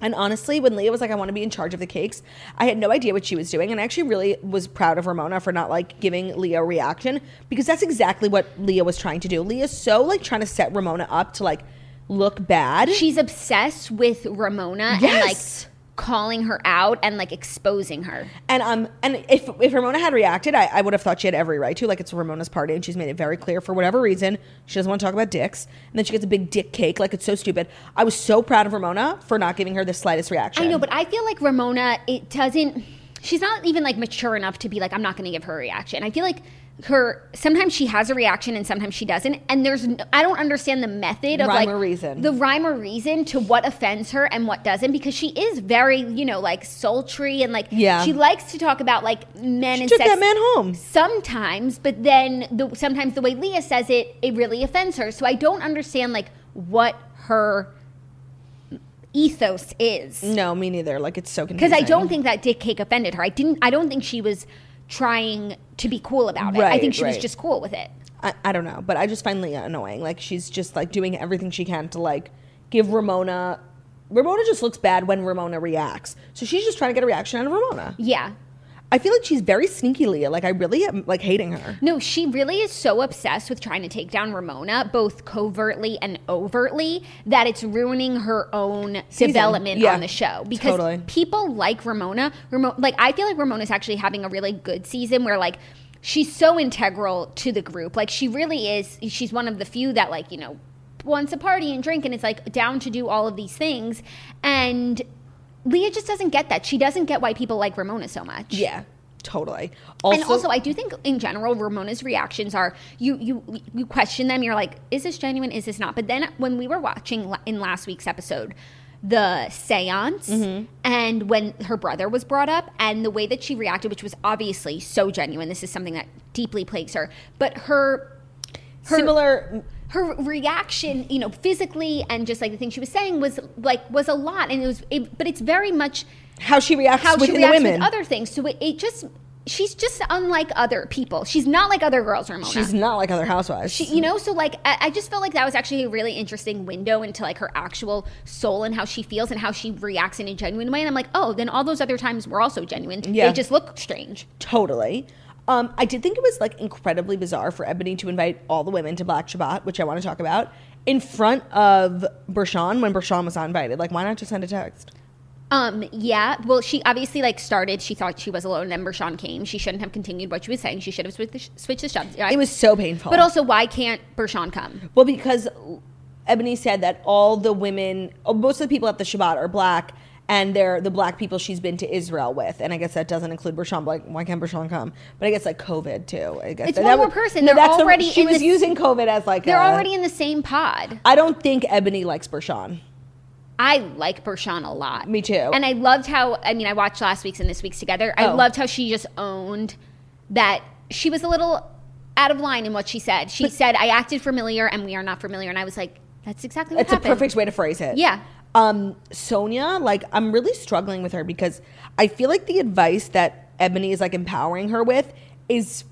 [SPEAKER 1] And honestly, when Leah was like, I want to be in charge of the cakes, I had no idea what she was doing. And I actually really was proud of Ramona for not like giving Leah a reaction because that's exactly what Leah was trying to do. Leah's so like trying to set Ramona up to like look bad.
[SPEAKER 2] She's obsessed with Ramona and like
[SPEAKER 1] Yes.
[SPEAKER 2] calling her out and like exposing her.
[SPEAKER 1] And um, and if if Ramona had reacted, I, I would have thought she had every right to. Like it's Ramona's party, and she's made it very clear for whatever reason she doesn't want to talk about dicks. And then she gets a big dick cake. Like it's so stupid. I was so proud of Ramona for not giving her the slightest reaction.
[SPEAKER 2] I know, but I feel like Ramona, it doesn't. She's not even like mature enough to be like, I'm not going to give her a reaction. I feel like her sometimes she has a reaction and sometimes she doesn't. And there's n I don't understand the method of
[SPEAKER 1] Rhyme
[SPEAKER 2] like
[SPEAKER 1] or reason.
[SPEAKER 2] the rhyme or reason to what offends her and what doesn't because she is very you know like sultry and like
[SPEAKER 1] Yeah.
[SPEAKER 2] she likes to talk about like men
[SPEAKER 1] she
[SPEAKER 2] and
[SPEAKER 1] took
[SPEAKER 2] sex
[SPEAKER 1] that man home.
[SPEAKER 2] sometimes but then the, sometimes the way leah says it it really offends her so i don't understand like what her ethos is
[SPEAKER 1] No, me neither. Like it's so confusing.
[SPEAKER 2] because I don't think that dick cake offended her. I didn't. I don't think she was trying to be cool about it. I
[SPEAKER 1] Right,
[SPEAKER 2] think she was
[SPEAKER 1] right.
[SPEAKER 2] just cool with it.
[SPEAKER 1] I, I don't know, but I just find Leah annoying. Like she's just like doing everything she can to like give Ramona. Ramona just looks bad when Ramona reacts, so she's just trying to get a reaction out of Ramona.
[SPEAKER 2] Yeah.
[SPEAKER 1] I feel like she's very sneaky, Leah. Like I really am like hating her.
[SPEAKER 2] No, she really is so obsessed with trying to take down Ramona, both covertly and overtly, that it's ruining her own
[SPEAKER 1] Season.
[SPEAKER 2] development
[SPEAKER 1] Yeah.
[SPEAKER 2] on the show. Because
[SPEAKER 1] Totally.
[SPEAKER 2] people like Ramona. Ramo- like I feel like Ramona's actually having a really good season where like she's so integral to the group. Like she really is. She's one of the few that like you know wants a party and drink and it's like down to do all of these things and. Leah just doesn't get that. She doesn't get why people like Ramona so much.
[SPEAKER 1] Yeah, totally.
[SPEAKER 2] and also, I do think in general, Ramona's reactions are you you you question them. You're like, is this genuine? Is this not? But then when we were watching la- in last week's episode, the seance and when her brother was brought up and the way that she reacted, which was obviously so genuine. This is something that deeply plagues her, but her
[SPEAKER 1] similar.
[SPEAKER 2] her reaction, you know, physically and just like the thing she was saying was like was a lot, and it was, it, but it's very much
[SPEAKER 1] How she reacts
[SPEAKER 2] how
[SPEAKER 1] with
[SPEAKER 2] she
[SPEAKER 1] the
[SPEAKER 2] reacts
[SPEAKER 1] women.
[SPEAKER 2] with other things. So it, it just she's just unlike other people. She's not like other girls, Ramona.
[SPEAKER 1] She's not like other housewives.
[SPEAKER 2] She- e- you know, so like I, I just felt like that was actually a really interesting window into like her actual soul and how she feels and how she reacts in a genuine way. And I'm like, oh, then all those other times were also genuine.
[SPEAKER 1] Yeah.
[SPEAKER 2] They just look strange.
[SPEAKER 1] totally. Um, I did think it was like incredibly bizarre for Ebony to invite all the women to Black Shabbat, which I want to talk about, in front of Bershawn when Bershawn was not invited. Like, why not just send a text?
[SPEAKER 2] Um, yeah. Well, she obviously like started. She thought she was alone. Then Bershawn came. She shouldn't have continued what she was saying. She should have switched the, switched the subject.
[SPEAKER 1] It was so painful.
[SPEAKER 2] But also, why can't Bershawn come?
[SPEAKER 1] well, because Ebony said that all the women, oh, most of the people at the Shabbat are black, and they're the black people she's been to Israel with, and I guess that doesn't include Bershawn. Like, why can't Bershawn come? But I guess like COVID too. I guess
[SPEAKER 2] It's
[SPEAKER 1] that-
[SPEAKER 2] one
[SPEAKER 1] that
[SPEAKER 2] more
[SPEAKER 1] was-
[SPEAKER 2] person. They're
[SPEAKER 1] that's the-
[SPEAKER 2] already
[SPEAKER 1] she
[SPEAKER 2] in
[SPEAKER 1] was
[SPEAKER 2] this-
[SPEAKER 1] using COVID as like
[SPEAKER 2] They're
[SPEAKER 1] a-
[SPEAKER 2] already in the same pod.
[SPEAKER 1] I don't think Ebony likes Bershawn.
[SPEAKER 2] I like Bershawn a lot.
[SPEAKER 1] Me too.
[SPEAKER 2] And I loved how I mean I watched last week's and this week's together. I
[SPEAKER 1] Oh.
[SPEAKER 2] loved how she just owned that she was a little out of line in what she said. She said I acted familiar and we are not familiar and I was like that's exactly what
[SPEAKER 1] That's a
[SPEAKER 2] happened.
[SPEAKER 1] perfect way to phrase it.
[SPEAKER 2] Yeah.
[SPEAKER 1] Um, Sonia, like I'm really struggling with her because I feel like the advice that Ebony is like empowering her with is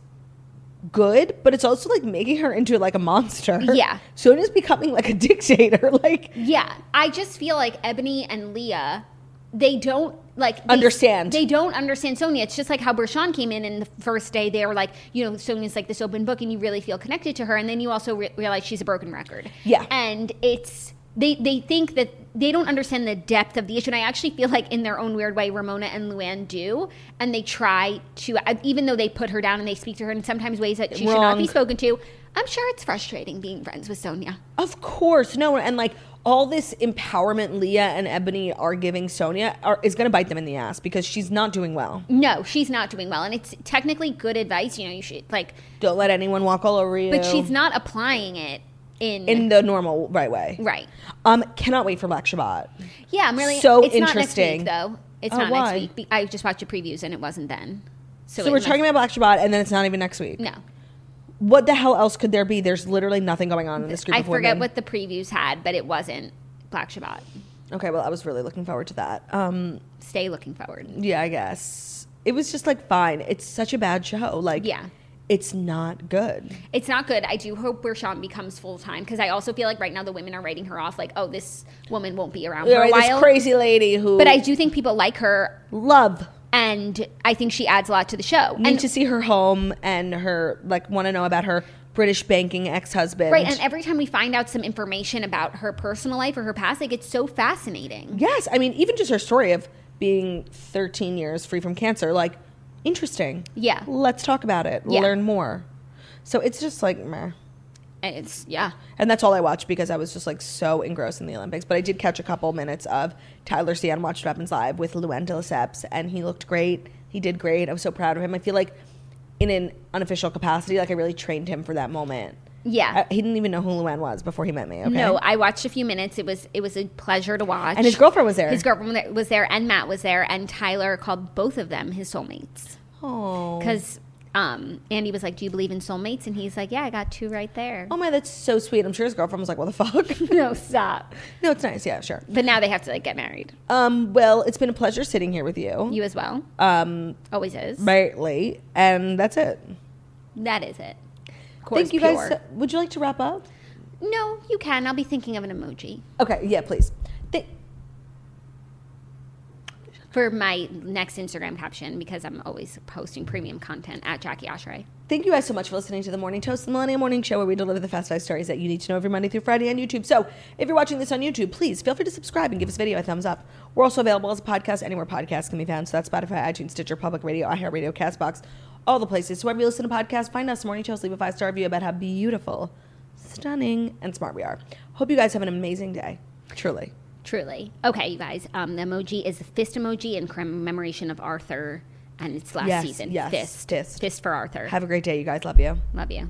[SPEAKER 1] good, but it's also like making her into like a monster.
[SPEAKER 2] Yeah.
[SPEAKER 1] Sonia's becoming like a dictator. Like
[SPEAKER 2] Yeah, I just feel like Ebony and Leah, they don't like they-
[SPEAKER 1] Understand.
[SPEAKER 2] They don't understand Sonia. It's just like how Bershon came in and the first day they were like, you know, Sonia's like this open book, and you really feel connected to her, and then you also re- realize she's a broken record.
[SPEAKER 1] Yeah.
[SPEAKER 2] and it's they they think that they don't understand the depth of the issue, and I actually feel like in their own weird way, Ramona and Luann do, and they try to uh, even though they put her down and they speak to her in sometimes ways that she should not
[SPEAKER 1] Wrong.
[SPEAKER 2] be spoken to. I'm sure it's frustrating being friends with Sonia.
[SPEAKER 1] Of course, no, and like all this empowerment Leah and Ebony are giving Sonia are, is going to bite them in the ass because she's not doing well.
[SPEAKER 2] No, she's not doing well, and it's technically good advice. You know, you should like,
[SPEAKER 1] Don't let anyone walk all over you.
[SPEAKER 2] but she's not applying it in,
[SPEAKER 1] in the normal right way.
[SPEAKER 2] right.
[SPEAKER 1] Um, cannot wait for Black Shabbat.
[SPEAKER 2] Yeah, I'm really
[SPEAKER 1] So
[SPEAKER 2] it's
[SPEAKER 1] interesting.
[SPEAKER 2] Not next week, though it's
[SPEAKER 1] Oh,
[SPEAKER 2] not
[SPEAKER 1] why?
[SPEAKER 2] next week. Be- I just watched the previews, and it wasn't then. So,
[SPEAKER 1] So
[SPEAKER 2] it
[SPEAKER 1] we're
[SPEAKER 2] must-
[SPEAKER 1] talking about Black Shabbat, and then it's not even next week.
[SPEAKER 2] no.
[SPEAKER 1] What the hell else could there be? There's literally nothing going on in this group.
[SPEAKER 2] I
[SPEAKER 1] of
[SPEAKER 2] forget
[SPEAKER 1] women.
[SPEAKER 2] what the previews had, but it wasn't Black Shabbat.
[SPEAKER 1] Okay, well, I was really looking forward to that. Um,
[SPEAKER 2] Stay looking forward.
[SPEAKER 1] yeah, I guess it was just like fine. It's such a bad show. Like,
[SPEAKER 2] Yeah.
[SPEAKER 1] it's not good.
[SPEAKER 2] It's not good. I do hope Bershon becomes full time because I also feel like right now the women are writing her off. Like, oh, this woman won't be around for a
[SPEAKER 1] Right,
[SPEAKER 2] while.
[SPEAKER 1] This crazy lady who,
[SPEAKER 2] But I do think people like her,
[SPEAKER 1] love.
[SPEAKER 2] and I think she adds a lot to the show.
[SPEAKER 1] need
[SPEAKER 2] and
[SPEAKER 1] to see her home and her like want to know about her British banking ex husband.
[SPEAKER 2] Right, and every time we find out some information about her personal life or her past, like it's so fascinating.
[SPEAKER 1] yes, I mean even just her story of being 13 years free from cancer, like interesting.
[SPEAKER 2] Yeah.
[SPEAKER 1] let's talk about it.
[SPEAKER 2] Yeah.
[SPEAKER 1] Learn more. So it's just like meh.
[SPEAKER 2] And it's yeah.
[SPEAKER 1] And that's all I watched because I was just like so engrossed in the Olympics. But I did catch a couple minutes of Tyler C on Watched Weapons Live with Luann de Lesseps, and he looked great. He did great. I was so proud of him. I feel like in an unofficial capacity, like I really trained him for that moment.
[SPEAKER 2] Yeah.
[SPEAKER 1] I- he didn't even know who Luann was before he met me. Okay?
[SPEAKER 2] No, I watched a few minutes. It was it was a pleasure to watch.
[SPEAKER 1] And his girlfriend was there.
[SPEAKER 2] His girlfriend wa- was there, and Matt was there, and Tyler called both of them his soulmates
[SPEAKER 1] Oh.
[SPEAKER 2] because um, Andy was like, "Do you believe in soulmates?" And he's like, "Yeah, I got two right there."
[SPEAKER 1] Oh my, that's so sweet. I'm sure his girlfriend was like, "What the fuck?"
[SPEAKER 2] no, stop.
[SPEAKER 1] no, it's nice. Yeah, sure.
[SPEAKER 2] But now they have to like get married.
[SPEAKER 1] Um, well, it's been a pleasure sitting here with you,
[SPEAKER 2] You as well.
[SPEAKER 1] um,
[SPEAKER 2] Always is.
[SPEAKER 1] rightly, and that's it.
[SPEAKER 2] That is it. Course
[SPEAKER 1] Thank you
[SPEAKER 2] pure.
[SPEAKER 1] guys. so- would you like to wrap up?
[SPEAKER 2] No, you can. I'll be thinking of an emoji.
[SPEAKER 1] Okay, yeah, please. Th-
[SPEAKER 2] for my next Instagram caption because I'm always posting premium content at Jackie Ashray.
[SPEAKER 1] Thank you guys so much for listening to the Morning Toast, the Millennium Morning Show, where we deliver the fast five stories that you need to know every Monday through Friday on YouTube. So if you're watching this on YouTube, please feel free to subscribe and give this video a thumbs up. We're also available as a podcast anywhere podcasts can be found. So that's Spotify, iTunes, Stitcher, Public Radio, iHeartRadio, CastBox, all the places. So wherever you listen to podcasts, find us Morning Toast, leave a five star review about how beautiful, stunning, and smart we are. Hope you guys have an amazing day. Truly.
[SPEAKER 2] Truly. Okay, you guys. Um, the emoji is the fist emoji in commemoration of Arthur and its last
[SPEAKER 1] Yes,
[SPEAKER 2] season.
[SPEAKER 1] yes,
[SPEAKER 2] fist.
[SPEAKER 1] fist.
[SPEAKER 2] Fist for Arthur.
[SPEAKER 1] Have a great day, you guys. Love you.
[SPEAKER 2] Love you.